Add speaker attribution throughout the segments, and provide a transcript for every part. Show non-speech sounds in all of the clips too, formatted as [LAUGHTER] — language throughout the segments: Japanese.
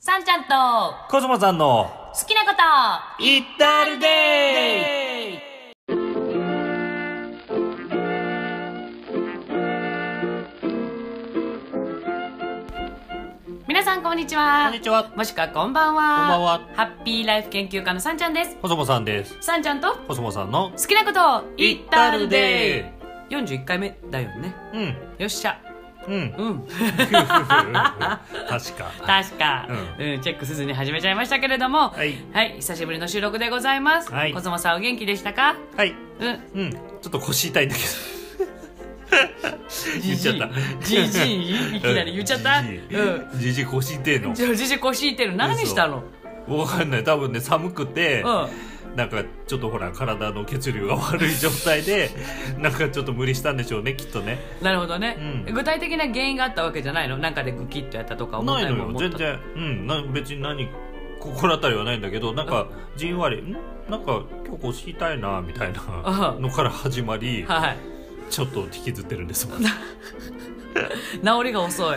Speaker 1: さんちゃんと
Speaker 2: コスモさんの
Speaker 1: 好きなこと
Speaker 2: イッタールデイ
Speaker 1: 皆さんこんにち
Speaker 2: こ
Speaker 1: は
Speaker 2: んにちは
Speaker 1: もしくはこんばんは
Speaker 2: こんばんは
Speaker 1: ハッピーライフ研究家のさんちゃんです
Speaker 2: コスモさんです
Speaker 1: さんちゃんと
Speaker 2: コスモさんの
Speaker 1: 好きなことを
Speaker 2: 言ったる
Speaker 1: で
Speaker 2: で
Speaker 1: ー41回目だよね
Speaker 2: うん
Speaker 1: よっしゃ
Speaker 2: うん
Speaker 1: うん
Speaker 2: [LAUGHS] 確か
Speaker 1: 確か、う
Speaker 2: うん
Speaker 1: チェックせずに始めちゃいましたけれども
Speaker 2: はい
Speaker 1: 久しぶりの収録でございます、
Speaker 2: はい
Speaker 1: 小園さんお元気でしたか
Speaker 2: はい
Speaker 1: うん
Speaker 2: うんちょっと腰痛いんだけど言っちゃった
Speaker 1: じじいいきなり言っちゃ
Speaker 2: [LAUGHS]
Speaker 1: った
Speaker 2: じじい
Speaker 1: うん
Speaker 2: じじい腰痛いの
Speaker 1: じゃあじじ腰痛いの何したの
Speaker 2: わかんない多分ね寒くて
Speaker 1: うん
Speaker 2: なんかちょっとほら体の血流が悪い状態でなんかちょっと無理したんでしょうねきっとね
Speaker 1: なるほどね、
Speaker 2: うん
Speaker 1: 具体的な原因があったわけじゃないのなんかでグキッとやったとか重
Speaker 2: な
Speaker 1: た
Speaker 2: い
Speaker 1: いもん
Speaker 2: のよ
Speaker 1: 持っ
Speaker 2: 全
Speaker 1: た
Speaker 2: 然うんな別に何心当たりはないんだけどなんかじんわりんなんか今日腰痛いなみたいな
Speaker 1: あ
Speaker 2: のから始まり
Speaker 1: はい
Speaker 2: ちょっと引きずってるんですもんね
Speaker 1: 治りが遅い、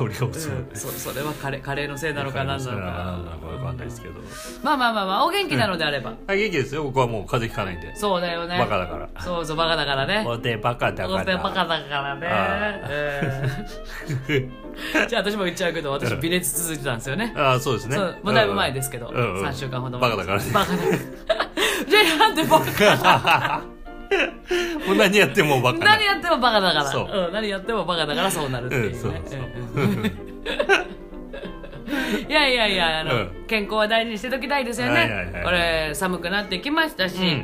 Speaker 2: 俺が
Speaker 1: うん、
Speaker 2: そうね
Speaker 1: そそれはカレーカレーのせいなのかなんなの
Speaker 2: なんな
Speaker 1: か
Speaker 2: のかわかんないですけど
Speaker 1: まあまあまあまあお元気なのであれば、
Speaker 2: あ元気ですよ僕はもう風邪ひかないんで
Speaker 1: そうだよね
Speaker 2: バカだから
Speaker 1: そうそうバカだからね
Speaker 2: おでバカだ
Speaker 1: お
Speaker 2: か
Speaker 1: 手バカ
Speaker 2: ら
Speaker 1: だからね
Speaker 2: ああ
Speaker 1: えーじゃあ私も言っちゃうけど私
Speaker 2: うん
Speaker 1: 微熱続いてたんですよね
Speaker 2: [LAUGHS] ああそうですね
Speaker 1: そうもうだいぶ前ですけど、
Speaker 2: う
Speaker 1: 三
Speaker 2: んうん
Speaker 1: 3週間ほど
Speaker 2: バ
Speaker 1: 前
Speaker 2: カだからね
Speaker 1: バカだ [LAUGHS] じゃあなんでバカ
Speaker 2: [LAUGHS] もう何やってもバカ
Speaker 1: 何やってもバカだから
Speaker 2: そう
Speaker 1: うん、何やってもバカだからそうなるっていうね、
Speaker 2: うんそうそう
Speaker 1: うん [LAUGHS] いやいやいやあの、
Speaker 2: う
Speaker 1: 健康は大事にしておきたいですよね、
Speaker 2: はいはいはいはい
Speaker 1: これ寒くなってきましたし
Speaker 2: うんう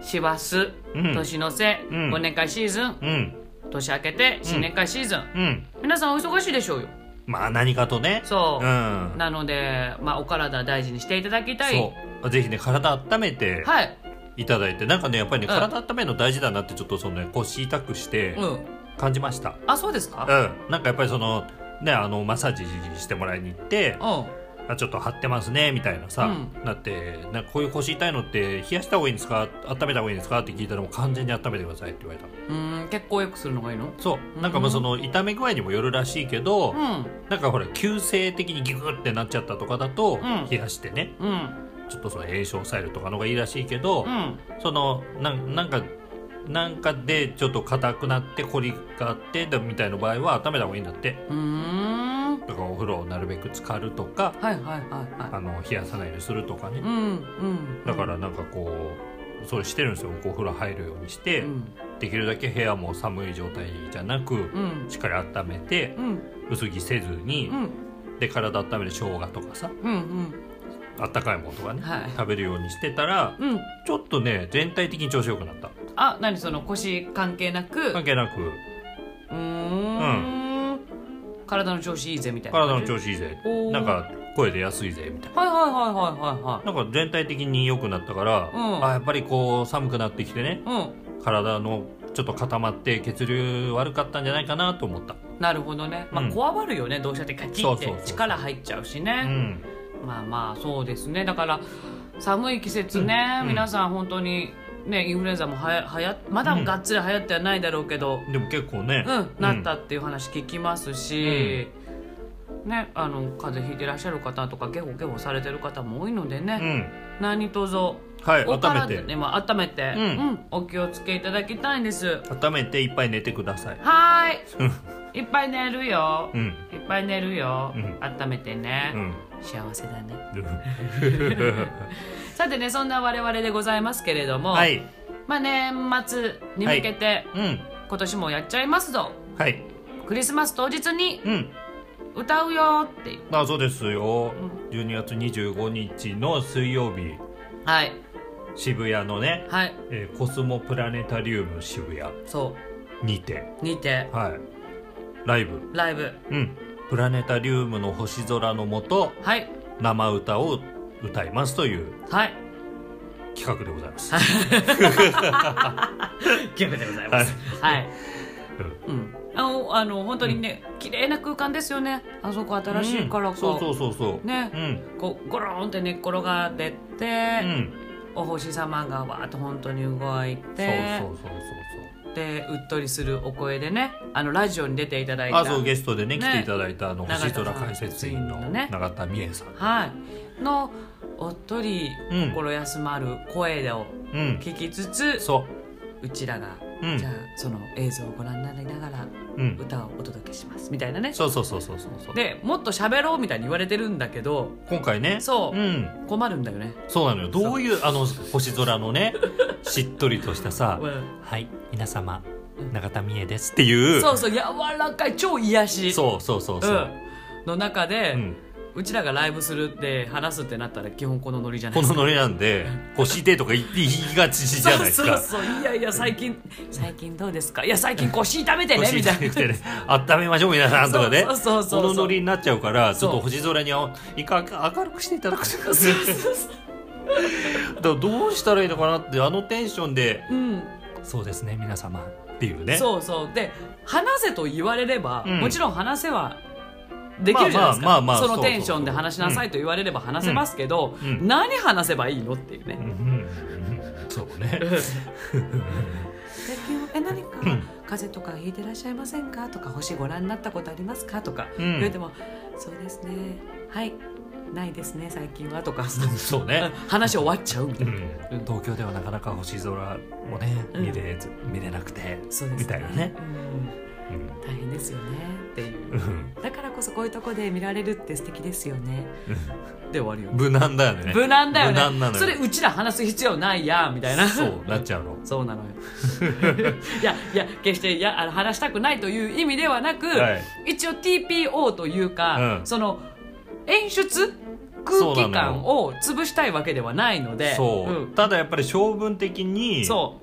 Speaker 2: ん
Speaker 1: 師走、
Speaker 2: うん
Speaker 1: 年の瀬、
Speaker 2: うん
Speaker 1: 忘年会シーズン
Speaker 2: うん
Speaker 1: 年明けて新年会シーズン、
Speaker 2: うん
Speaker 1: 皆さんお忙しいでしょうよ
Speaker 2: まあ何かとね
Speaker 1: そう、
Speaker 2: ん
Speaker 1: なので、まあ、お体大事にしていただきたい
Speaker 2: そうぜひね体温めて
Speaker 1: はい
Speaker 2: いただいて、なんかねやっぱりね
Speaker 1: うん
Speaker 2: 体温めるの大事だなってちょっとその、ね、腰痛くして
Speaker 1: うん
Speaker 2: 感じました
Speaker 1: あそうです
Speaker 2: う
Speaker 1: か
Speaker 2: ん、なんかやっぱりそのねあのマッサージしてもらいに行って
Speaker 1: うんあ
Speaker 2: あちょっと張ってますねみたいなさ、
Speaker 1: う
Speaker 2: なってなんかこういう腰痛いのって冷やした方がいいんですか温めた方がいいんですかって聞いたらもう完全に温めてくださいって言われた
Speaker 1: うん結構よくするのがいいの
Speaker 2: そうなんかまあその痛め具合にもよるらしいけど、
Speaker 1: うん
Speaker 2: なんかほら急性的にギューってなっちゃったとかだと、
Speaker 1: うん
Speaker 2: 冷やしてね
Speaker 1: うん
Speaker 2: ちょっとその炎症を抑えるとかのがいいらしいけど、
Speaker 1: うん
Speaker 2: そのなんなんかなんかでちょっと硬くなって凝りがあってだみたいな場合は温めた方がいいんだって
Speaker 1: うーん
Speaker 2: だからお風呂をなるべく浸かるとか
Speaker 1: はいはいはいは
Speaker 2: あの冷やさないようにするとかね
Speaker 1: い、うんうん
Speaker 2: だからなんかこうそれしてるんですよ僕お風呂入るようにして、
Speaker 1: うん
Speaker 2: できるだけ部屋も寒い状態じゃなく、
Speaker 1: うん
Speaker 2: しっかり温めて
Speaker 1: うん
Speaker 2: 薄着せずに
Speaker 1: う、ん
Speaker 2: で体温める生姜とかさ
Speaker 1: うん
Speaker 2: あったかいものとかね、
Speaker 1: はい
Speaker 2: 食べるようにしてたら
Speaker 1: うんうん
Speaker 2: ちょっとね全体的に調子良くなった
Speaker 1: あ何その腰関係なく
Speaker 2: 関係なく
Speaker 1: うーん体の調子いいぜみたいな
Speaker 2: 体の
Speaker 1: 子
Speaker 2: 調子いいぜ
Speaker 1: おー
Speaker 2: なんか声出やすいぜみたい
Speaker 1: はいはいはいはいはい
Speaker 2: ななんか全体的に良くなったから、
Speaker 1: うん
Speaker 2: あやっぱりこう寒くなってきてね
Speaker 1: はい
Speaker 2: 体のちょっと固まって血流悪かったんじゃないかなと思った
Speaker 1: うんなるほどねま
Speaker 2: う
Speaker 1: あ
Speaker 2: ん
Speaker 1: こわばるよねどうしたってカチ
Speaker 2: そ
Speaker 1: っ
Speaker 2: うそう
Speaker 1: て
Speaker 2: そう
Speaker 1: 力入っちゃうしね
Speaker 2: うん
Speaker 1: まあまあそうですねだから寒い季節ね、
Speaker 2: うん
Speaker 1: 皆さん本当にねインフルエンザもはやはやまだがっつり流行ってはないだろうけど、
Speaker 2: でも結構ね
Speaker 1: うん、なったっていう話聞きますし、ね、あの風邪ひいてらっしゃる方とかゲホゲホされてる方も多いので
Speaker 2: うん、う
Speaker 1: ね、
Speaker 2: ん
Speaker 1: 何卒
Speaker 2: はい
Speaker 1: お
Speaker 2: 温め
Speaker 1: 体
Speaker 2: て、
Speaker 1: ねまあ温めて、
Speaker 2: うん
Speaker 1: うんお気をつけいただきたいんです
Speaker 2: 温めていっぱい寝てください
Speaker 1: はーいいっぱい寝るよ、
Speaker 2: うん
Speaker 1: いっぱい寝るよ、
Speaker 2: うん
Speaker 1: 温めてね、
Speaker 2: うん
Speaker 1: 幸せだねさてねそんな我々でございますけれども、
Speaker 2: はい
Speaker 1: まあ年末に向けて、
Speaker 2: うん
Speaker 1: 今年もやっちゃいますぞ
Speaker 2: はい
Speaker 1: クリスマス当日に
Speaker 2: うん
Speaker 1: 歌うよっていう
Speaker 2: あそうですよ、12月25日の水曜日
Speaker 1: はい
Speaker 2: 渋谷のね、
Speaker 1: はい
Speaker 2: えーコスモプラネタリウム渋谷
Speaker 1: そ
Speaker 2: にて
Speaker 1: うにて
Speaker 2: はいライブ
Speaker 1: ライブ
Speaker 2: うんプラネタリウムの星空のもと
Speaker 1: はい
Speaker 2: 生歌を歌いますという
Speaker 1: はい
Speaker 2: 企画でございます、
Speaker 1: ゲームでございますはい、うん、あのあの本当にね、綺麗な空間ですよねあそこ新しいから
Speaker 2: うん
Speaker 1: こう,、
Speaker 2: そうそうそうそう
Speaker 1: ね
Speaker 2: うん
Speaker 1: こうゴローンって寝っ転がってって、
Speaker 2: うん
Speaker 1: お星様がわーっと本当に動いて
Speaker 2: そうそうそうそうそう
Speaker 1: ってうっとりするお声でねあのラジオに出ていただいた
Speaker 2: あそうゲストでね
Speaker 1: ね
Speaker 2: 来ていただいたあの
Speaker 1: 永田
Speaker 2: 星空解説員
Speaker 1: 解
Speaker 2: の
Speaker 1: 説員のね
Speaker 2: 永田美恵さん
Speaker 1: はい、のおっとり
Speaker 2: うん
Speaker 1: 心休まる声を
Speaker 2: うん
Speaker 1: 聞きつつ、
Speaker 2: そう
Speaker 1: ちらが、
Speaker 2: うん
Speaker 1: じゃあその映像をご覧になりながら
Speaker 2: ううん
Speaker 1: 歌をお届けしますみたいなね
Speaker 2: そうそうそうそうそうそう
Speaker 1: でもっと喋ろうみたいに言われてるんだけど
Speaker 2: 今回ね
Speaker 1: そう
Speaker 2: うん
Speaker 1: 困るんだよね、
Speaker 2: そうなのよどういうあの星空
Speaker 1: [LAUGHS]
Speaker 2: のねしっとりとしたさ
Speaker 1: うん
Speaker 2: はい皆様
Speaker 1: うん
Speaker 2: 永田美恵ですっていう
Speaker 1: そうそう柔らかい超癒し、
Speaker 2: そうそうそうそううん
Speaker 1: の中で、
Speaker 2: う
Speaker 1: うんちらがライブするって話すってなったら基本このノリじゃない
Speaker 2: こ
Speaker 1: です
Speaker 2: の
Speaker 1: か
Speaker 2: ノリなんで星でとか言って言いがちじゃないですか
Speaker 1: そうそうそういやいや最近最近どうですかいや最近腰痛めてね
Speaker 2: 星
Speaker 1: み
Speaker 2: じ
Speaker 1: た
Speaker 2: ゃ
Speaker 1: い
Speaker 2: な
Speaker 1: な
Speaker 2: くてね温めましょう皆さんとかね
Speaker 1: そうそうそうそう
Speaker 2: このノリになっちゃうからちょ
Speaker 1: そ
Speaker 2: っと
Speaker 1: う
Speaker 2: 星空にあ一回明るくしていただくと
Speaker 1: そうそうそう
Speaker 2: だからどうしたらいいのかなってあのテンションで
Speaker 1: うん
Speaker 2: そうですね皆様っていうね
Speaker 1: そうそうで話せと言われれば、
Speaker 2: うん
Speaker 1: もちろん話せはできるじゃないですか、
Speaker 2: まあまあまあまあ
Speaker 1: そ
Speaker 2: そ
Speaker 1: の
Speaker 2: うそうそう
Speaker 1: テンションで話しなさいと言われれば話せますけど、
Speaker 2: うんうん
Speaker 1: 何話せばいいのっていうね、
Speaker 2: うんうんそうね
Speaker 1: 最近はえ何か風邪とかひいてらっしゃいませんかとか星ご覧になったことありますかとか
Speaker 2: うん
Speaker 1: 言われても、そうですねはいないですね最近はとか
Speaker 2: そうね
Speaker 1: [LAUGHS] 話終わっちゃうみた
Speaker 2: う
Speaker 1: いな、
Speaker 2: ん
Speaker 1: うん
Speaker 2: 東京ではなかなか星空もね
Speaker 1: うん
Speaker 2: 見れず見れなくて
Speaker 1: そうです
Speaker 2: みたいなね、うん
Speaker 1: うん、大変ですよねっていううんだからこそこういうとこで見られるって素敵ですよねで終わるよね
Speaker 2: 無難だよね
Speaker 1: 無難だよね
Speaker 2: 無難なのよ
Speaker 1: それうちら話す必要ないやみたいな
Speaker 2: そうなっちゃうの
Speaker 1: そう
Speaker 2: [LAUGHS]
Speaker 1: なのよいやいや決していやあの話したくないという意味ではなく、
Speaker 2: はい
Speaker 1: 一応 TPO というか、
Speaker 2: うん
Speaker 1: その演出
Speaker 2: そ
Speaker 1: 空
Speaker 2: うなのよ
Speaker 1: 気感を潰したいわけではないので
Speaker 2: そう、
Speaker 1: ん
Speaker 2: ただやっぱり性分的に
Speaker 1: そ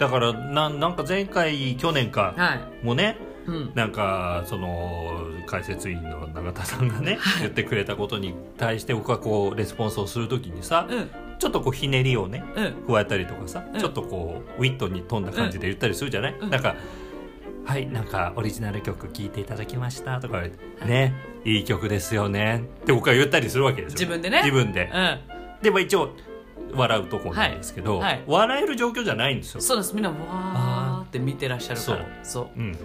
Speaker 2: だからなんなんか前回去年か
Speaker 1: うはい、
Speaker 2: もね
Speaker 1: うん、
Speaker 2: なんかその解説員の永田さんがね、言ってくれたことに対して僕はこうレスポンスをするときにさ、
Speaker 1: うん
Speaker 2: ちょっとこうひねりをね
Speaker 1: うん
Speaker 2: 加えたりとかさ、
Speaker 1: うん
Speaker 2: ちょっとこうウィットに富んだ感じで言ったりするじゃない、なんか「はいなんかオリジナル曲聴いていただきました」とか言われて「ねいい曲ですよね」って僕は言ったりするわけですよ
Speaker 1: 自分でね
Speaker 2: 自分で、
Speaker 1: うん
Speaker 2: でも一応笑うとこなんですけど、
Speaker 1: はいはい
Speaker 2: 笑える状況じゃないんですよ、
Speaker 1: そうですみんなわーって見てらっしゃるからそう
Speaker 2: うん、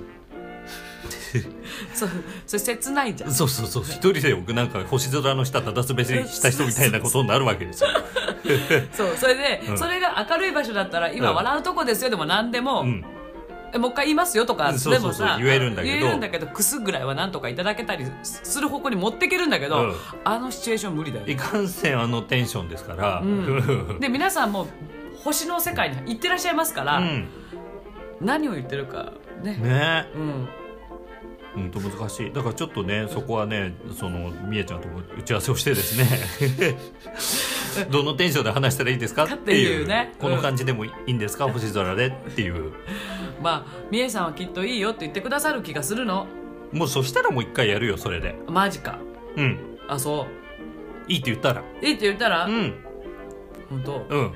Speaker 1: そうそれ切ないじゃん
Speaker 2: そうそうそう一人で僕なんか星空の下ただ滑りした人みたいなことになるわ
Speaker 1: [LAUGHS]
Speaker 2: けですよ
Speaker 1: そうそれで、
Speaker 2: うん
Speaker 1: それが明るい場所だったら今
Speaker 2: うん
Speaker 1: 笑うとこですよでも何でも、
Speaker 2: うん
Speaker 1: えもう一回言いますよとか、
Speaker 2: うんそう
Speaker 1: で
Speaker 2: そう
Speaker 1: も
Speaker 2: そう
Speaker 1: さ
Speaker 2: 言えるんだけど
Speaker 1: 言えるんだけどくすぐらいはなんとかいただけたりすする方向に持っていけるんだけど、
Speaker 2: うん
Speaker 1: あのシチュエーション無理だよ
Speaker 2: い
Speaker 1: ね
Speaker 2: かんせんあのテンションですから、
Speaker 1: うんで皆さんもう星の世界に行ってらっしゃいますから、
Speaker 2: [LAUGHS] うん
Speaker 1: 何を言ってるかね
Speaker 2: ね
Speaker 1: うん
Speaker 2: うんと難しいだからちょっとねそこはねそのみえちゃんとも打ち合わせをしてで
Speaker 1: [LAUGHS]
Speaker 2: すねどのテンションで話したらいいですかっ
Speaker 1: かってて
Speaker 2: いう
Speaker 1: いうね
Speaker 2: この感じでもいいんですか、星空でっていう
Speaker 1: まあみえさんはきっといいよって言ってくださる気がするの
Speaker 2: もうそしたらもう一回やるよそれで
Speaker 1: マジか
Speaker 2: うん
Speaker 1: あそ
Speaker 2: いいって言ったら
Speaker 1: ういいって言ったら、
Speaker 2: うん
Speaker 1: 本当、
Speaker 2: うん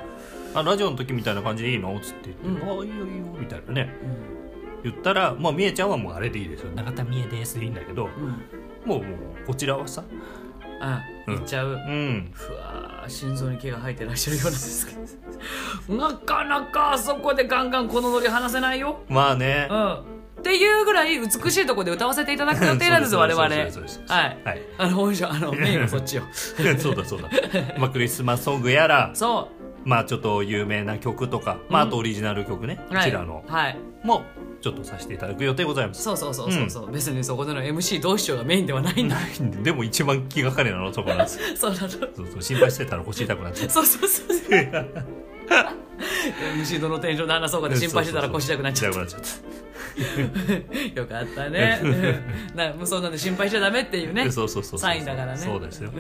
Speaker 2: あラジオの時みたいな感じでいいのつって言って、
Speaker 1: う
Speaker 2: ああいいよいいよみたいなね
Speaker 1: うん
Speaker 2: 言ったらまあみえちゃんはもうあれでいいですよ永田みえですでいいんだけど
Speaker 1: うん
Speaker 2: もうもうこちらはさ
Speaker 1: あ
Speaker 2: うん
Speaker 1: 言っちゃう、
Speaker 2: うん
Speaker 1: ふわー心臓に毛が生えてらっしゃるようなんですけどなかなかあそこでガンガンこのノリ話せないよ、
Speaker 2: まあね
Speaker 1: うん、っていうぐらい美しいとこで歌わせていただく予定なんです
Speaker 2: [LAUGHS] [LAUGHS] そう
Speaker 1: 我
Speaker 2: です
Speaker 1: 々
Speaker 2: そうですそうです
Speaker 1: はい
Speaker 2: はい
Speaker 1: あの本社あのメインはそっ
Speaker 2: [LAUGHS]
Speaker 1: ちよ
Speaker 2: そうだそうだ、まあ、クリスマスソングやら、
Speaker 1: そ
Speaker 2: まあ、ちょっと有名な曲とか、まあ、
Speaker 1: う
Speaker 2: あ
Speaker 1: ん
Speaker 2: とオリジナル曲ね、
Speaker 1: う
Speaker 2: こちらの、
Speaker 1: はいはい
Speaker 2: もちょっとさせていただく予定ございます
Speaker 1: そうそうそうそうそう、別にそこでの MC どうしようがメインではないんだ
Speaker 2: でも一番気がかりなのそこなんです
Speaker 1: そうなのそう
Speaker 2: そうそう心配してたら腰痛くなっちゃう
Speaker 1: そうそうそう
Speaker 2: [LAUGHS]
Speaker 1: MC どのテンションで話そう
Speaker 2: [LAUGHS]
Speaker 1: かで心配してたら腰痛くなっちゃう
Speaker 2: 痛くなっちゃった
Speaker 1: よかったね
Speaker 2: [LAUGHS]
Speaker 1: うんなもうそんなんで心配しちゃダメっていうね
Speaker 2: そうそうそうそう
Speaker 1: サインだからね
Speaker 2: そうですよ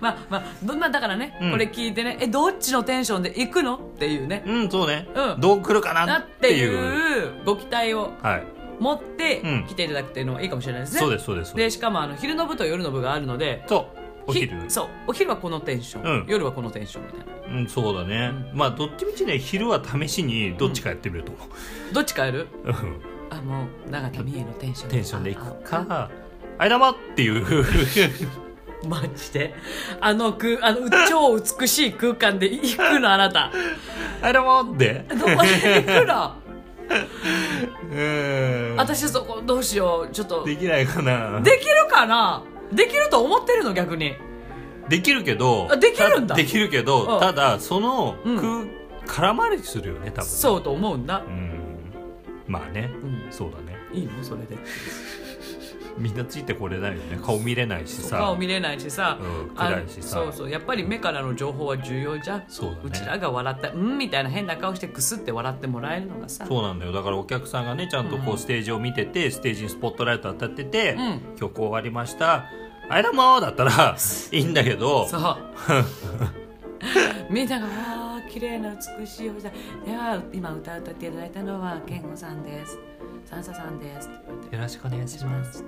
Speaker 1: まあまあどんなだからね、
Speaker 2: うん
Speaker 1: これ聞いてねえどっちのテンションで行くのっていうね、
Speaker 2: うんそうね、
Speaker 1: うん
Speaker 2: どう来るかな
Speaker 1: な
Speaker 2: っ
Speaker 1: ってて
Speaker 2: いう
Speaker 1: いうご期待を
Speaker 2: はい
Speaker 1: 持って
Speaker 2: うん
Speaker 1: 来ていただくっていうのもいいかもしれないですね、
Speaker 2: そうですそうですそう
Speaker 1: ですしかもあの昼の部と夜の部があるので
Speaker 2: そうお昼
Speaker 1: ひそうお昼はこのテンション、
Speaker 2: うん
Speaker 1: 夜はこのテンションみたいな
Speaker 2: うん、そうだね、まあどっちみちね昼は試しにどっちかやってみると思
Speaker 1: どっち変える
Speaker 2: う、うん
Speaker 1: あもう永田美恵のテンション
Speaker 2: テンションでいく
Speaker 1: ああ
Speaker 2: か、あいだまっていう。
Speaker 1: マジであのくあの超美しい空間で行くのあなた
Speaker 2: あれもって
Speaker 1: どこに行く
Speaker 2: [LAUGHS]
Speaker 1: の
Speaker 2: うん
Speaker 1: 私そこどうしようちょっと
Speaker 2: できないかな
Speaker 1: できるかなできると思ってるの逆に
Speaker 2: できるけど
Speaker 1: あできるんだ
Speaker 2: たできるけど、
Speaker 1: うん
Speaker 2: ただその空、
Speaker 1: うん
Speaker 2: 絡まりするよね多分う
Speaker 1: そうと思うんだ、
Speaker 2: んまあね、
Speaker 1: うん
Speaker 2: そうだね
Speaker 1: いいのそれで
Speaker 2: みんなついてこれないよね顔見れないしさ
Speaker 1: 顔見れないしさ、
Speaker 2: うん
Speaker 1: あ
Speaker 2: 暗いしさ
Speaker 1: そうそうやっぱり目からの情報は重要じゃん
Speaker 2: そうだね
Speaker 1: ちらが笑った「うん」みたいな変な顔してクスって笑ってもらえるのがさ
Speaker 2: そうなんだよだからお客さんがねちゃんと
Speaker 1: う
Speaker 2: こうんステージを見てて、ステージにスポットライト当たってて、
Speaker 1: うん
Speaker 2: 曲終わりました「あいだもー」だったらいいんだけど
Speaker 1: そう [LAUGHS] みんなが「わあ綺麗な美しいおじさん」では今歌を歌っていただいたのは健吾さんですサンサさんですって言われて
Speaker 2: よろしくお願いします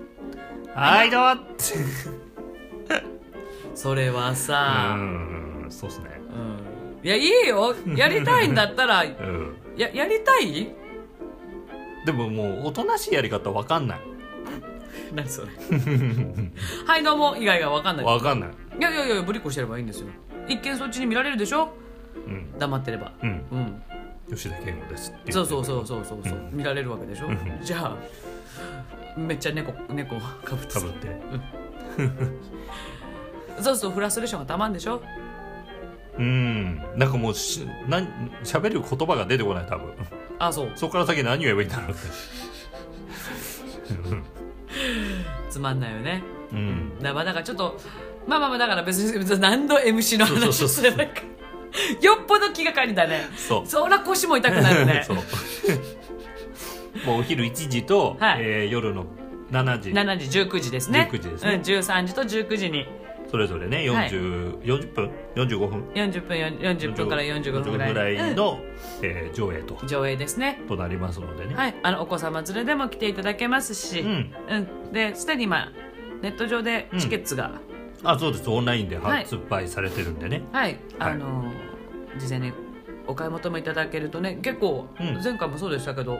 Speaker 2: はいどうも
Speaker 1: それは
Speaker 2: う
Speaker 1: さ、
Speaker 2: んそうっすね
Speaker 1: うんいやいいよやりたいんだったらや
Speaker 2: うん
Speaker 1: やりたい
Speaker 2: でももうおとなしいやり方わかんない
Speaker 1: 何
Speaker 2: [LAUGHS]
Speaker 1: それはいどうも以外が分かんない
Speaker 2: わかんない
Speaker 1: いやいやいやぶりっこしてればいいんですよ一見そっちに見られるでしょ
Speaker 2: うん
Speaker 1: 黙ってれば
Speaker 2: うん
Speaker 1: うん
Speaker 2: 吉田健吾ですって言
Speaker 1: そ
Speaker 2: っ
Speaker 1: う
Speaker 2: て
Speaker 1: そうそうそうそうそう見られるわけでしょ
Speaker 2: ん
Speaker 1: じゃあめっちゃ猫猫かぶって
Speaker 2: か
Speaker 1: さ
Speaker 2: ぶって
Speaker 1: そうそうフラストレーションがたまんでしょ
Speaker 2: うんなんかもうしなん喋る言葉が出てこない多分 [LAUGHS]
Speaker 1: あそう
Speaker 2: そこから先何を言えばいいんだろうって
Speaker 1: つまんないよね
Speaker 2: うん
Speaker 1: だからなんかちょっとまあまあまあだから別に別に何度 MC の
Speaker 2: そう
Speaker 1: 話
Speaker 2: そう
Speaker 1: す
Speaker 2: そ
Speaker 1: れ
Speaker 2: う
Speaker 1: ばいいかよっぽど気がかりだね
Speaker 2: そう
Speaker 1: そら腰も痛くなるね
Speaker 2: [LAUGHS] そうもうお昼1時と、
Speaker 1: はい
Speaker 2: えー夜の7時
Speaker 1: 7時19時ですね
Speaker 2: 19時ですね
Speaker 1: うん、13時と19時に
Speaker 2: それぞれね40、40分45分
Speaker 1: 40分40分から45分ぐらい
Speaker 2: の、えー上映と
Speaker 1: うん上映ですね
Speaker 2: となりますのでね、
Speaker 1: はい、あのお子様連れでも来ていただけますし、
Speaker 2: うん
Speaker 1: うんですでに今ネット上でチケットが、
Speaker 2: あそうですオンラインで
Speaker 1: はい
Speaker 2: 発売されてるんでね、
Speaker 1: はいあの事前にお買い求めいただけるとね結構、
Speaker 2: うん
Speaker 1: 前回もそうでしたけど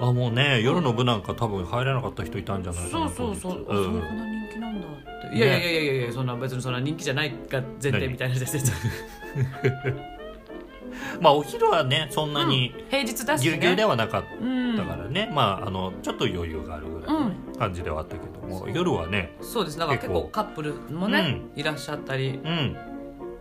Speaker 2: あもうね夜の部なんか多分入らなかった人いたんじゃないか
Speaker 1: そ
Speaker 2: な
Speaker 1: うそうそう、
Speaker 2: 当日
Speaker 1: そんな人気なんだって、いやいやいやいやいやそんな別にそんな人気じゃないが前提みたいな説明
Speaker 2: [LAUGHS] うんまあお昼はねそんなに
Speaker 1: 平日だし
Speaker 2: ぎゅ
Speaker 1: ね
Speaker 2: うぎゅうではなかった
Speaker 1: うん
Speaker 2: からね、まああのちょっと余裕があるぐらいのね感じではあったけども、夜はね
Speaker 1: そうですなんか結
Speaker 2: 結
Speaker 1: 構
Speaker 2: 構
Speaker 1: カップルもね、いらっしゃったり、
Speaker 2: うん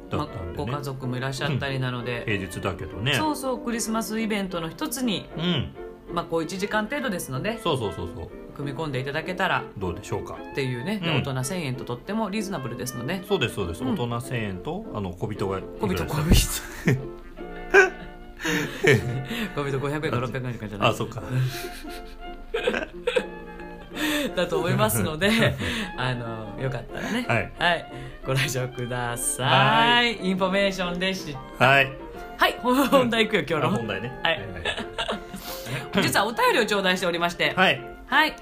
Speaker 2: だ
Speaker 1: ま
Speaker 2: ったんで
Speaker 1: ご
Speaker 2: ね
Speaker 1: 家族もいらっしゃったりなので、
Speaker 2: 平日だけどね
Speaker 1: そうそうクリスマスイベントの一つに
Speaker 2: うん
Speaker 1: まあ、こう1時間程度ですので
Speaker 2: そうそうそうそう
Speaker 1: 組み込んでいただけたら
Speaker 2: どうでしょうか
Speaker 1: っていうね、で
Speaker 2: うん
Speaker 1: 大人1000円ととってもリーズナブルですので
Speaker 2: そうですそうです、
Speaker 1: うん
Speaker 2: 大人1000円とあの小人が
Speaker 1: 小人
Speaker 2: いく
Speaker 1: 小
Speaker 2: らでし
Speaker 1: 人小人500円か600円かじゃ
Speaker 2: た
Speaker 1: な
Speaker 2: あ
Speaker 1: い
Speaker 2: そっか
Speaker 1: だと思いますので [LAUGHS] あのよかったらね
Speaker 2: はい
Speaker 1: ご来場くださいインフォメーションでし [LAUGHS]
Speaker 2: はい
Speaker 1: はい本本題いくよ今
Speaker 2: あ
Speaker 1: 日
Speaker 2: 本
Speaker 1: の
Speaker 2: 題ね
Speaker 1: はい [LAUGHS] 実はお便りを頂戴しておりまして
Speaker 2: はい
Speaker 1: はい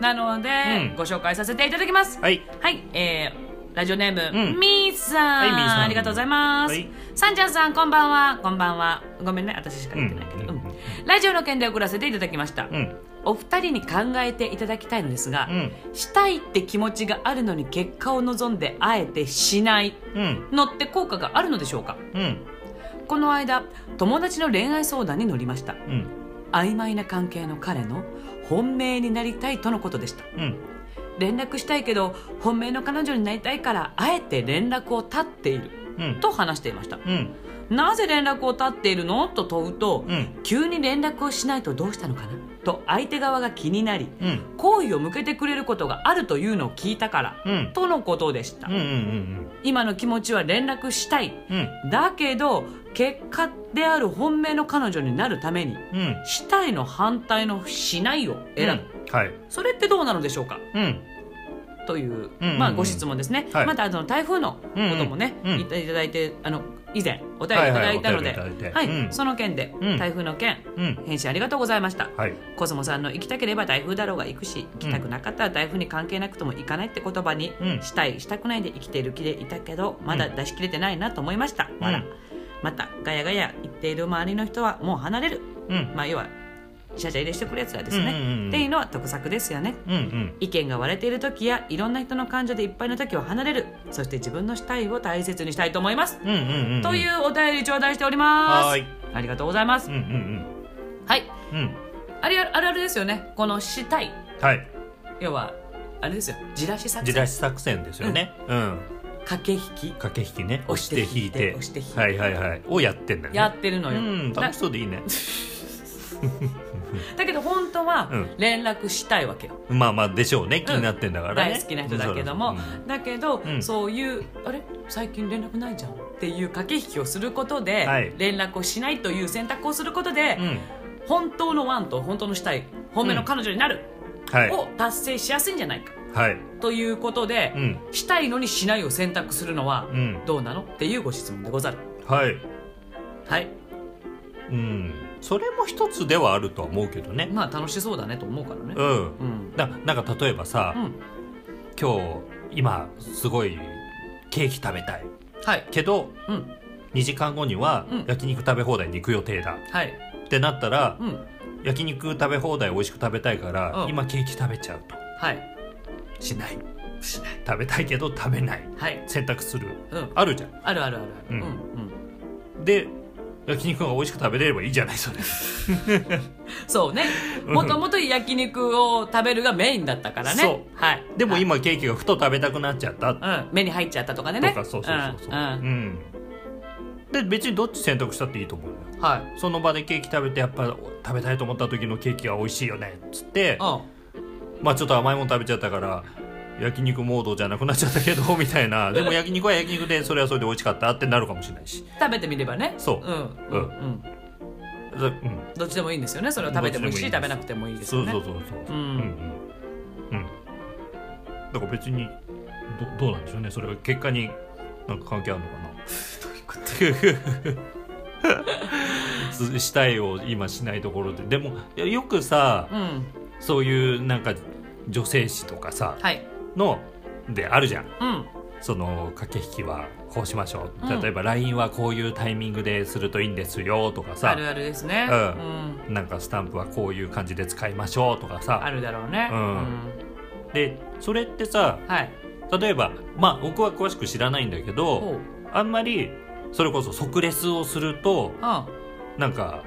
Speaker 1: なので、
Speaker 2: うん
Speaker 1: ご紹介させていただきます
Speaker 2: はい
Speaker 1: はい、えー、ラジオネーム、
Speaker 2: うん
Speaker 1: みーさん,、
Speaker 2: はいみーさん
Speaker 1: ありがとうございます、
Speaker 2: はい
Speaker 1: さんちゃんさんこんばんはこんばんはごめんね私しか言ってないけど、
Speaker 2: うん
Speaker 1: うんラジオの件で送らせていただきました、
Speaker 2: うん
Speaker 1: お二人に考えていただきたいのですが、
Speaker 2: うん
Speaker 1: したいって気持ちがあるのに結果を望んであえてしない
Speaker 2: うん
Speaker 1: のって効果があるのでしょうか
Speaker 2: うん
Speaker 1: この間友達の恋愛相談に乗りました
Speaker 2: うん
Speaker 1: 曖昧な関係の彼の本命になりたいとのことでした
Speaker 2: うん
Speaker 1: 連絡したいけど本命の彼女になりたいからあえて連絡を絶っている
Speaker 2: うん
Speaker 1: と話していました
Speaker 2: うん
Speaker 1: なぜ連絡を絶っているのと問うと、
Speaker 2: うん
Speaker 1: 急に連絡をしないとどうしたのかなと相手側が気になり
Speaker 2: うん
Speaker 1: 好意を向けてくれることがあるというのを聞いたから、
Speaker 2: うん
Speaker 1: とのことでした、
Speaker 2: うんうん
Speaker 1: 今の気持ちは連絡したい
Speaker 2: うんうん
Speaker 1: だけど結果である本命の彼女になるために
Speaker 2: うん
Speaker 1: したいの反対のしないを選ぶ、
Speaker 2: うんはい
Speaker 1: それってどうなのでしょうか
Speaker 2: うん
Speaker 1: という、
Speaker 2: うんうん
Speaker 1: まあ、ご質問ですね、
Speaker 2: はい
Speaker 1: またあの台風のこともね、
Speaker 2: うんうん
Speaker 1: いただいてあの以前お便りいただいたので、
Speaker 2: はいはいお便りいただいてうん
Speaker 1: その件で、
Speaker 2: うん
Speaker 1: 台風の件
Speaker 2: うん
Speaker 1: 返信ありがとうございました、
Speaker 2: はい
Speaker 1: コスモさんの行きたければ台風だろうが行くし行きたくなかったら台風に関係なくとも行かないって言葉に、
Speaker 2: うん
Speaker 1: したいしたくないで生きている気でいたけどまだ出し切れてないなと思いました、
Speaker 2: ん
Speaker 1: わらまたガヤガヤ言っている周りの人はもう離れる
Speaker 2: うん
Speaker 1: まあ要はシャシャ入れしてくるやつらですね、
Speaker 2: うんうんうん
Speaker 1: っていうのは得策ですよね
Speaker 2: うんうん
Speaker 1: 意見が割れている時やいろんな人の感情でいっぱいの時は離れるそして自分のしたいを大切にしたいと思います、
Speaker 2: うんうんうん
Speaker 1: といううお便り頂戴しております
Speaker 2: はーい
Speaker 1: ありがとうございます、
Speaker 2: んうん
Speaker 1: はい
Speaker 2: うんうん
Speaker 1: あれあるあるですよねこのしたい
Speaker 2: はい
Speaker 1: 要はあれですよ地出し作
Speaker 2: 地
Speaker 1: 戦
Speaker 2: 出し作戦ですよねうん
Speaker 1: 駆け引き
Speaker 2: 駆け引きね
Speaker 1: 押して引いて
Speaker 2: 押して引いて
Speaker 1: 押
Speaker 2: は
Speaker 1: して引い
Speaker 2: い
Speaker 1: て
Speaker 2: はいはいをやってんだよね
Speaker 1: やってるのよ、
Speaker 2: うん
Speaker 1: だ
Speaker 2: 楽しそうでいいね
Speaker 1: だけど本当は
Speaker 2: うん
Speaker 1: 連絡したいわけよ、
Speaker 2: まあまあでしょうね気になってんだからね
Speaker 1: 大好きな人だけども、
Speaker 2: そうそうそう
Speaker 1: だけど、
Speaker 2: うん
Speaker 1: そういうあれ最近連絡ないじゃんっていう駆け引きをすることで、
Speaker 2: はい
Speaker 1: 連絡をしないという選択をすることで、
Speaker 2: うんうん
Speaker 1: 本当のワンと本当のしたい本命の彼女になる、
Speaker 2: はい
Speaker 1: を達成しやすいんじゃないか
Speaker 2: はい
Speaker 1: ということで、
Speaker 2: うん
Speaker 1: したいのにしないを選択するのは
Speaker 2: うん
Speaker 1: どうなのっていうご質問でござる
Speaker 2: はい
Speaker 1: はい
Speaker 2: うんそれも一つではあるとは思うけどね
Speaker 1: まあ楽しそうだねと思うからね
Speaker 2: うん
Speaker 1: うん
Speaker 2: ななんか例えばさ
Speaker 1: うん
Speaker 2: 今日今すごいケーキ食べたい
Speaker 1: はい
Speaker 2: けど
Speaker 1: うん
Speaker 2: 2時間後には
Speaker 1: うん
Speaker 2: 焼肉食べ放題に行く予定だ
Speaker 1: はい
Speaker 2: ってなったら
Speaker 1: うん
Speaker 2: 焼肉食べ放題美味しく食べたいから
Speaker 1: うん
Speaker 2: 今ケーキ食べちゃうと
Speaker 1: はい
Speaker 2: しない
Speaker 1: しない
Speaker 2: 食べたいけど食べない
Speaker 1: はい
Speaker 2: 選択する
Speaker 1: うん
Speaker 2: あるじゃん
Speaker 1: あるあるあるある
Speaker 2: うん
Speaker 1: うん
Speaker 2: で焼肉が美味しく食べれればいいじゃないそれ
Speaker 1: そうね
Speaker 2: うん
Speaker 1: もともと焼肉を食べるがメインだったからね
Speaker 2: そう
Speaker 1: はい
Speaker 2: でも
Speaker 1: はい
Speaker 2: 今ケーキがふと食べたくなっちゃったと
Speaker 1: うん目に入っちゃったとかでね
Speaker 2: かそうそうそうそう
Speaker 1: うんうん
Speaker 2: んで別にどっち選択したっていいと思うのよ
Speaker 1: はい
Speaker 2: その場でケーキ食べてやっぱ食べたいと思った時のケーキが美味しいよねっつって
Speaker 1: う
Speaker 2: まあちょっと甘いもの食べちゃったから焼肉モードじゃなくなっちゃったけどみたいなでも焼肉は焼肉でそれはそれで美味しかったってなるかもしれないし
Speaker 1: ん食べてみればね
Speaker 2: そう
Speaker 1: うんう
Speaker 2: う
Speaker 1: んんうん
Speaker 2: だうん
Speaker 1: どっちでもいいんですよねそれを食べてもいいし
Speaker 2: どっちで
Speaker 1: 食
Speaker 2: もい
Speaker 1: べ
Speaker 2: いです
Speaker 1: なくてもいいですよ
Speaker 2: そう
Speaker 1: ね
Speaker 2: そうそうそう
Speaker 1: うん
Speaker 2: うんうんだから別にどどうなんでしょうねそれは結果になんか関係あるのかなす [LAUGHS] したいを今しないところででもいやよくさ
Speaker 1: うん
Speaker 2: そういうなんか女性誌とかさ
Speaker 1: はい
Speaker 2: のであるじゃん
Speaker 1: うん
Speaker 2: その駆け引きはこうしましょ
Speaker 1: うん
Speaker 2: う例えば LINE はこういうタイミングでするといいんですよとか
Speaker 1: あ
Speaker 2: さ
Speaker 1: るあるですね
Speaker 2: う
Speaker 1: うんん
Speaker 2: なんかスタンプはこういう感じで使いましょうとか
Speaker 1: あ
Speaker 2: さ
Speaker 1: るだろうね
Speaker 2: う
Speaker 1: うんん
Speaker 2: でそれってさ
Speaker 1: はい
Speaker 2: 例えばまあ僕は詳しく知らないんだけ
Speaker 1: お
Speaker 2: ど
Speaker 1: う
Speaker 2: あんまりそれこそ即レスをすると
Speaker 1: うん
Speaker 2: なんか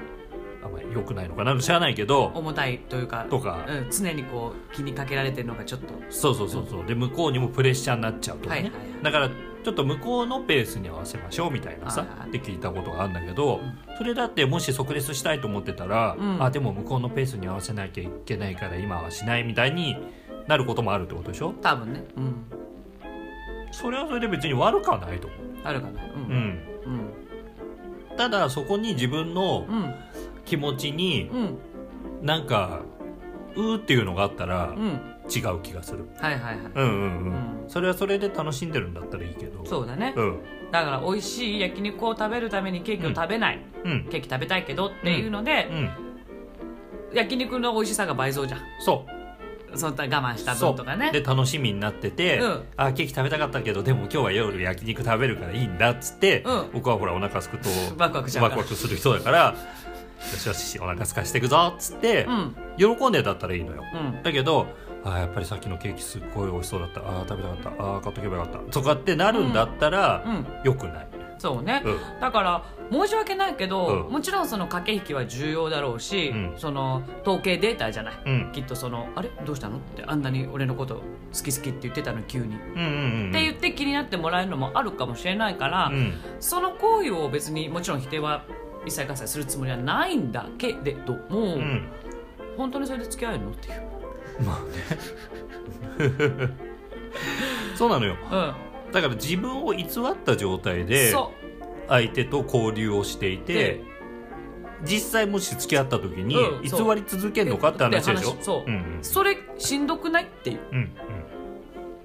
Speaker 2: あんまり良くないのかな知らないけど
Speaker 1: 重たいというか
Speaker 2: とか
Speaker 1: うん、常にこう気にかけられてるのがちょっと
Speaker 2: そうそうそうそうで向こうにもプレッシャーになっちゃうとかね、
Speaker 1: はいはいはい
Speaker 2: だからちょっと向こうのペースに合わせましょうみたいなさ
Speaker 1: あー
Speaker 2: って聞いたことがあるんだけど、
Speaker 1: う
Speaker 2: それだってもし即レスしたいと思ってたら、
Speaker 1: うん
Speaker 2: あでも向こうのペースに合わせなきゃいけないから今はしないみたいになることもあるってことでしょ
Speaker 1: 多分ねうん
Speaker 2: それはそれで別に悪くはないと思
Speaker 1: あるかなう
Speaker 2: う、うんん、
Speaker 1: うん
Speaker 2: ただそこに自分の
Speaker 1: うん
Speaker 2: 気持ちに
Speaker 1: うん
Speaker 2: なんかうーっていうのがあったら
Speaker 1: うん
Speaker 2: 違う気がする
Speaker 1: はいはいはい
Speaker 2: うんうんうん、
Speaker 1: う
Speaker 2: それはそれで楽しんでるんだったらいいけど
Speaker 1: そうだね
Speaker 2: うん
Speaker 1: だから美味しい焼肉を食べるためにケーキを食べない、
Speaker 2: うん
Speaker 1: ケーキ食べたいけどっていうの
Speaker 2: う
Speaker 1: で、
Speaker 2: ん
Speaker 1: 焼肉の美味しさが倍増じゃん
Speaker 2: そう
Speaker 1: そんな我慢した
Speaker 2: そう
Speaker 1: 分とかね
Speaker 2: で楽しみになってて、
Speaker 1: うん
Speaker 2: あケーキ食べたかったけどでも今日は夜焼肉食べるからいいんだっつって、
Speaker 1: うん
Speaker 2: 僕はほらお腹すくと
Speaker 1: ワクワクしちゃう
Speaker 2: ワ
Speaker 1: か
Speaker 2: ク
Speaker 1: ら
Speaker 2: ワクする人だからよしよしお腹すかしていくぞっつって
Speaker 1: う、ん
Speaker 2: 喜んでだったらいいのよ
Speaker 1: うん
Speaker 2: だけどあーやっぱりさっきのケーキすっごい美味しそうだったあー食べたかったあー買っとけばよかったとかってなるんだったら、
Speaker 1: うん
Speaker 2: よくない、
Speaker 1: そうね、
Speaker 2: うん
Speaker 1: だから申し訳ないけど、
Speaker 2: うん
Speaker 1: もちろんその駆け引きは重要だろうし、
Speaker 2: うん
Speaker 1: その統計データじゃない、
Speaker 2: うん
Speaker 1: きっとそのあれどうしたのってあんなに俺のこと好き好きって言ってたの急に、っ
Speaker 2: うんうんうん
Speaker 1: て言って気になってもらえるのもあるかもしれないから、
Speaker 2: うん
Speaker 1: その行為を別にもちろん否定は一切合切するつもりはないんだけれども、
Speaker 2: うん
Speaker 1: 本当にそれで付き合えるのっていう、
Speaker 2: まあねそうなのよ
Speaker 1: うん
Speaker 2: だから自分を偽った状態で
Speaker 1: そ
Speaker 2: 相手と交流をしていて
Speaker 1: で
Speaker 2: 実際もし付き合った時に
Speaker 1: うん
Speaker 2: 偽
Speaker 1: そう
Speaker 2: り続けるのかって話でしょ
Speaker 1: って話そう
Speaker 2: うんうん
Speaker 1: うそれしんどくないっていう
Speaker 2: うんう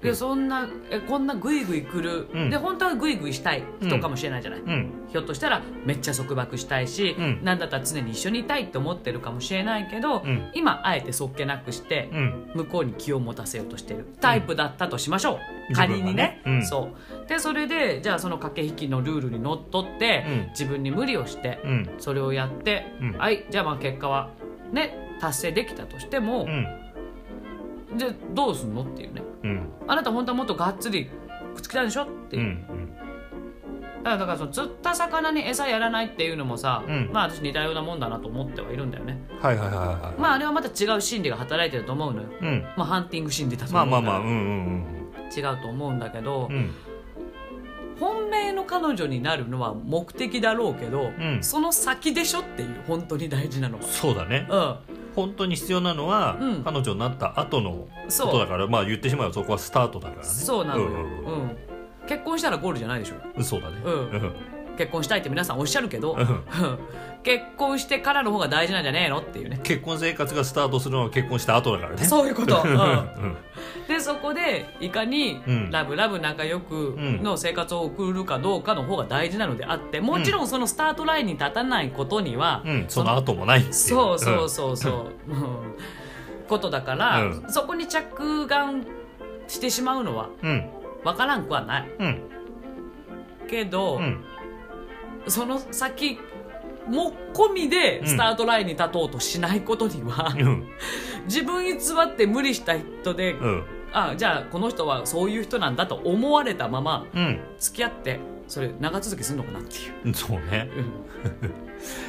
Speaker 1: で
Speaker 2: ん
Speaker 1: そんなえこんなグイグイ来る、
Speaker 2: うん
Speaker 1: で本当はグイグイしたい人かもしれないじゃない、
Speaker 2: うんうん
Speaker 1: ひょっとしたらめっちゃ束縛したいし、
Speaker 2: うん
Speaker 1: なんだったら常に一緒にいたいと思ってるかもしれないけど、
Speaker 2: うん
Speaker 1: 今あえてそっけなくして、
Speaker 2: うん
Speaker 1: 向こうに気を持たせようとしてるタイプだったとしましょう、
Speaker 2: うん
Speaker 1: 仮にね
Speaker 2: 自分がねうん
Speaker 1: そうでそれでじゃあその駆け引きのルールにのっとって、
Speaker 2: うん
Speaker 1: 自分に無理をして、
Speaker 2: うん
Speaker 1: それをやって、
Speaker 2: うん
Speaker 1: はいじゃあまあ結果はね達成できたとしても
Speaker 2: う、ん
Speaker 1: じゃあどうすんのっていうね
Speaker 2: うん
Speaker 1: あなた本当はもっとがっつりくっつきたいんでしょって
Speaker 2: う
Speaker 1: いう、
Speaker 2: ん
Speaker 1: だからだからその釣った魚に餌やらないっていうのもさ、
Speaker 2: うん
Speaker 1: まあ私似たようなもんだなと思ってはいるんだよね
Speaker 2: うんはいはいはいはい
Speaker 1: まああれはまた違う心理が働いてると思うのよ
Speaker 2: うん
Speaker 1: まあハンティング心理だと
Speaker 2: ま
Speaker 1: 思
Speaker 2: あ
Speaker 1: うん
Speaker 2: ま
Speaker 1: だ
Speaker 2: あ
Speaker 1: けど
Speaker 2: まあうんうん
Speaker 1: 違うと思うんだけど、
Speaker 2: うんうん
Speaker 1: 本命の彼女になるのは目的だろうけど、
Speaker 2: ん
Speaker 1: その先でしょっていう本当に大事なの
Speaker 2: そうだね
Speaker 1: は
Speaker 2: 本当に必要なのは、
Speaker 1: うん
Speaker 2: 彼女になった後の
Speaker 1: うん
Speaker 2: こ
Speaker 1: そ
Speaker 2: と
Speaker 1: う
Speaker 2: だからまあ言ってしまえばそこはスタートだからね
Speaker 1: そうなのよ、
Speaker 2: ん
Speaker 1: うん
Speaker 2: うんうん
Speaker 1: 結婚したらゴールじゃないでしょ
Speaker 2: うんそうだね
Speaker 1: うん結婚したいって皆さんおっしゃるけど
Speaker 2: うん
Speaker 1: [LAUGHS] 結婚してからの方が大事なんじゃねえのっていうね
Speaker 2: 結婚生活がスタートするのは結婚した後だからね
Speaker 1: そういう
Speaker 2: [LAUGHS]
Speaker 1: こと、う
Speaker 2: うんん
Speaker 1: でそこでいかに
Speaker 2: うん
Speaker 1: ラブラブ仲良くの生活を送るかどうかの方が大事なのであってもちろんそのスタートラインに立たないことには、
Speaker 2: うんうんその後もないってい
Speaker 1: そうそうそうそう、うんことだから、
Speaker 2: う
Speaker 1: そこに着眼してしまうのは
Speaker 2: うん
Speaker 1: 分からんくはない
Speaker 2: うん
Speaker 1: けど、
Speaker 2: うん
Speaker 1: その先も込みでスタートラインに立とうとしないことには、
Speaker 2: うん
Speaker 1: [LAUGHS] 自分偽って無理した人で、
Speaker 2: うん
Speaker 1: あじゃあこの人はそういう人なんだと思われたまま
Speaker 2: うん
Speaker 1: 付き合ってそれ長続きするのかなっていう。
Speaker 2: うんそうね
Speaker 1: うん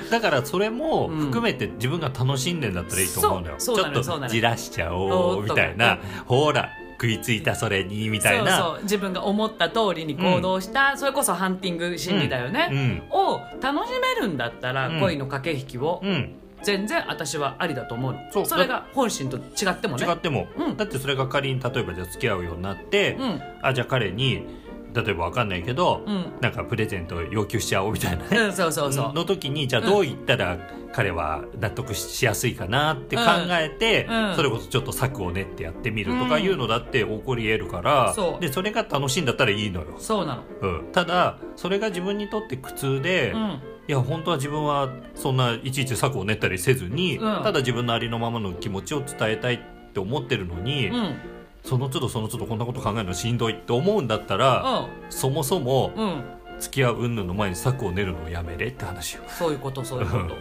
Speaker 2: だからそれも含めて自分が楽しんでんだったらいいと思うのよ、
Speaker 1: うん
Speaker 2: ち
Speaker 1: そ
Speaker 2: ょ
Speaker 1: うそうな
Speaker 2: っ
Speaker 1: のよそうなの
Speaker 2: と
Speaker 1: よ
Speaker 2: じらしちゃおうみたいなほら食いついたそれにみたいな
Speaker 1: そうそう自分が思った通りに行動した、それこそハンティング心理だよね、
Speaker 2: うん
Speaker 1: を楽しめるんだったら、
Speaker 2: うん
Speaker 1: 恋の駆け引きを
Speaker 2: うん
Speaker 1: 全然私はありだと思うの
Speaker 2: そう
Speaker 1: それが本心と違ってもね
Speaker 2: 違っても、
Speaker 1: うん
Speaker 2: だってそれが仮に例えばじゃあ付き合うようになって、
Speaker 1: うん
Speaker 2: あじゃあ彼に例えばわかんないけど、
Speaker 1: うん
Speaker 2: なんかプレゼントを要求しちゃおうみたいなね
Speaker 1: うんそうそうそう
Speaker 2: の時にじゃあどう言ったら彼は納得しやすいかなって考えて、
Speaker 1: うんうん
Speaker 2: それこそちょっと策を練ってやってみるとかいうのだって起こり得るから、
Speaker 1: そう
Speaker 2: でそれが楽しいんだったらいいのよ、
Speaker 1: そうなの
Speaker 2: うん、ただそれが自分にとって苦痛で、
Speaker 1: う
Speaker 2: い
Speaker 1: ん
Speaker 2: や本当は自分はそんないちいち策を練ったりせずに、
Speaker 1: うん
Speaker 2: ただ自分のありのままの気持ちを伝えたいって思ってるのに、
Speaker 1: うんうん
Speaker 2: その都度その都度こんなこと考えるのしんどいって思うんだったら、そもそも
Speaker 1: うん
Speaker 2: 付き合う云々の前に策を練るのをやめれって話よ。
Speaker 1: そういうことそういうこと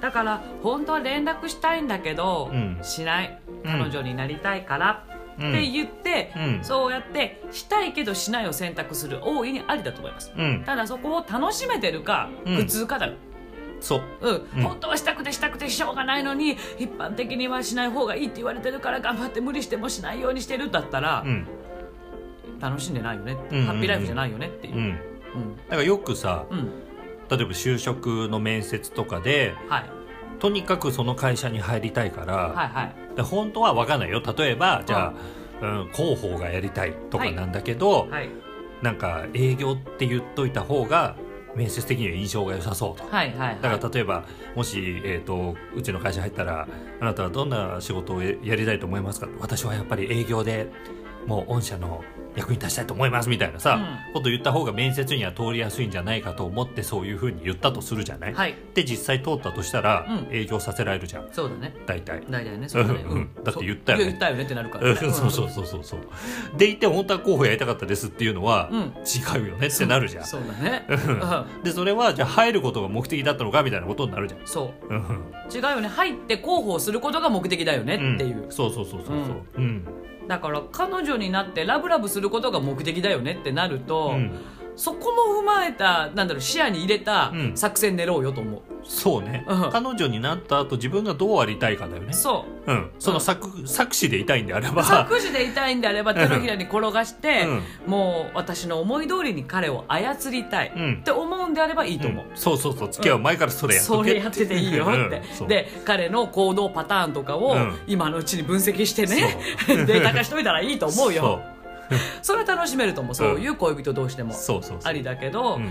Speaker 1: だから本当は連絡したいんだけど、
Speaker 2: うん
Speaker 1: しない
Speaker 2: うん
Speaker 1: 彼女になりたいから、
Speaker 2: うん
Speaker 1: って言って、
Speaker 2: うん
Speaker 1: そうやってしたいけどしないを選択する大いにありだと思います
Speaker 2: うん、
Speaker 1: ただそこを楽しめてるか、
Speaker 2: うん
Speaker 1: 苦痛かだよ
Speaker 2: そう
Speaker 1: うん
Speaker 2: うん
Speaker 1: 本当はしたくてしたくてしょうがないのに一般的にはしない方がいいって言われてるから頑張って無理してもしないようにしてるんだったら、
Speaker 2: うん
Speaker 1: 楽しんでないよね、
Speaker 2: うんうんうん
Speaker 1: ハッピーライフじゃないよねっていうう、
Speaker 2: ん
Speaker 1: うん
Speaker 2: だからよくさ
Speaker 1: うん
Speaker 2: 例えば就職の面接とかで
Speaker 1: はい、
Speaker 2: とにかくその会社に入りたいから、
Speaker 1: はいはい
Speaker 2: で本当は分かんないよ例えばじゃあ、うん、広報がやりたいとかなんだけど、
Speaker 1: はい
Speaker 2: なんか営業って言っといた方が面接的には印象が良さそうと。
Speaker 1: はいはい
Speaker 2: だから例えばもし、えー、とうちの会社入ったらあなたはどんな仕事をややりたいと思いますか私はやっぱり営業でもう御社の役に立ちたいと思いますみたいなさ、こと言った方が面接には通りやすいんじゃないかと思ってそういうふうに言ったとするじゃない、
Speaker 1: はい
Speaker 2: で実際通ったとしたら、
Speaker 1: うん
Speaker 2: 営業させられるじゃん
Speaker 1: そうだね
Speaker 2: 大体。
Speaker 1: 大体ねそうだね、
Speaker 2: うんうんだって言った
Speaker 1: そう
Speaker 2: よね
Speaker 1: いや言ったよねってなるか
Speaker 2: う
Speaker 1: ら、
Speaker 2: ん
Speaker 1: ね、
Speaker 2: [LAUGHS] そうそうそうそうそうで言って本当は候補やりたかったですっていうのは、
Speaker 1: うん
Speaker 2: 違うよねってなるじゃん
Speaker 1: そうだね、うん
Speaker 2: でそれはじゃあ入ることが目的だったのかみたいなことになるじゃん
Speaker 1: そう
Speaker 2: うん
Speaker 1: 違うよね入って広報することが目的だよねっていう、
Speaker 2: んそうそうそうそうそううん
Speaker 1: だから彼女になってラブラブすることが目的だよねってなると、
Speaker 2: うん
Speaker 1: そこも踏まえたなんだろう視野に入れた
Speaker 2: うん
Speaker 1: 作戦練ろうよと思う、
Speaker 2: そうね、
Speaker 1: うん
Speaker 2: 彼女になった後自分がどうありたいかだよね
Speaker 1: そ
Speaker 2: うんその作,、作詞でいたいんであれ [LAUGHS]
Speaker 1: う
Speaker 2: ば
Speaker 1: 作詞でいたいんであれば手のひらに転がして、
Speaker 2: う
Speaker 1: もう私の思い通りに彼を操りたい
Speaker 2: うん
Speaker 1: って思うんであればいいと思う、
Speaker 2: んそうそうそう付き合う前からそれやっと
Speaker 1: そ
Speaker 2: け
Speaker 1: れやってていいよって
Speaker 2: うん、そう
Speaker 1: で彼の行動パターンとかを
Speaker 2: うん
Speaker 1: 今のうちに分析してね、 [LAUGHS] データ化しといたらいいと思うよそれは楽しめると思うそういう恋人同士でも
Speaker 2: そうそうそうそう
Speaker 1: ありだけど、
Speaker 2: うん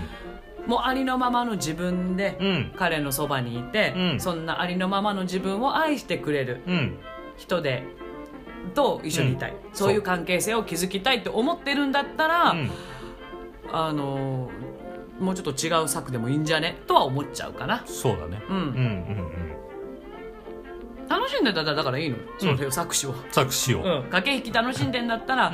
Speaker 1: もうありのままの自分で
Speaker 2: うん
Speaker 1: 彼のそばにいて、
Speaker 2: うん
Speaker 1: そんなありのままの自分を愛してくれる
Speaker 2: うん
Speaker 1: 人でと一緒にいたい、
Speaker 2: ん
Speaker 1: そうい
Speaker 2: そうう
Speaker 1: 関係性を築きたいと思ってるんだったら、
Speaker 2: うん
Speaker 1: あのーもうちょっと違う策でもいいんじゃねとは思っちゃうかな
Speaker 2: そうだね
Speaker 1: うん
Speaker 2: うんうんうん
Speaker 1: 楽しんでたらだからいいのそれを作詞を、
Speaker 2: 作詞を、
Speaker 1: うん駆け引き楽しんでんだったら、
Speaker 2: う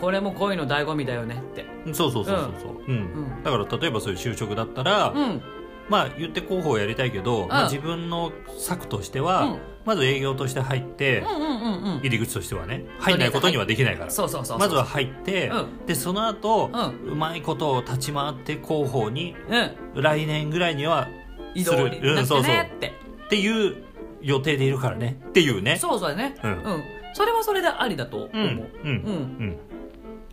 Speaker 1: これも恋の醍醐味だよねって
Speaker 2: ん、そうそうそうそうそう、うん
Speaker 1: うん
Speaker 2: だから例えばそういう就職だったら、
Speaker 1: うん
Speaker 2: まあ言って広報やりたいけど、まあ、自分の策としては、
Speaker 1: うん
Speaker 2: まず営業として入って、
Speaker 1: うんうんうんうん
Speaker 2: 入り口としてはね入んないことにはできないから
Speaker 1: そうそうそうそう
Speaker 2: まずは入って、
Speaker 1: う
Speaker 2: でその後、
Speaker 1: う
Speaker 2: うまいことを立ち回って広報に
Speaker 1: うん
Speaker 2: 来年ぐらいには
Speaker 1: 移動に
Speaker 2: う、
Speaker 1: なんっ
Speaker 2: そ
Speaker 1: て
Speaker 2: うそう
Speaker 1: ねって
Speaker 2: っていう予定でいるからねっていうね
Speaker 1: そうそうだね
Speaker 2: う
Speaker 1: うんんそれはそれでありだと
Speaker 2: うん
Speaker 1: 思う
Speaker 2: う
Speaker 1: う
Speaker 2: ん
Speaker 1: ん
Speaker 2: うん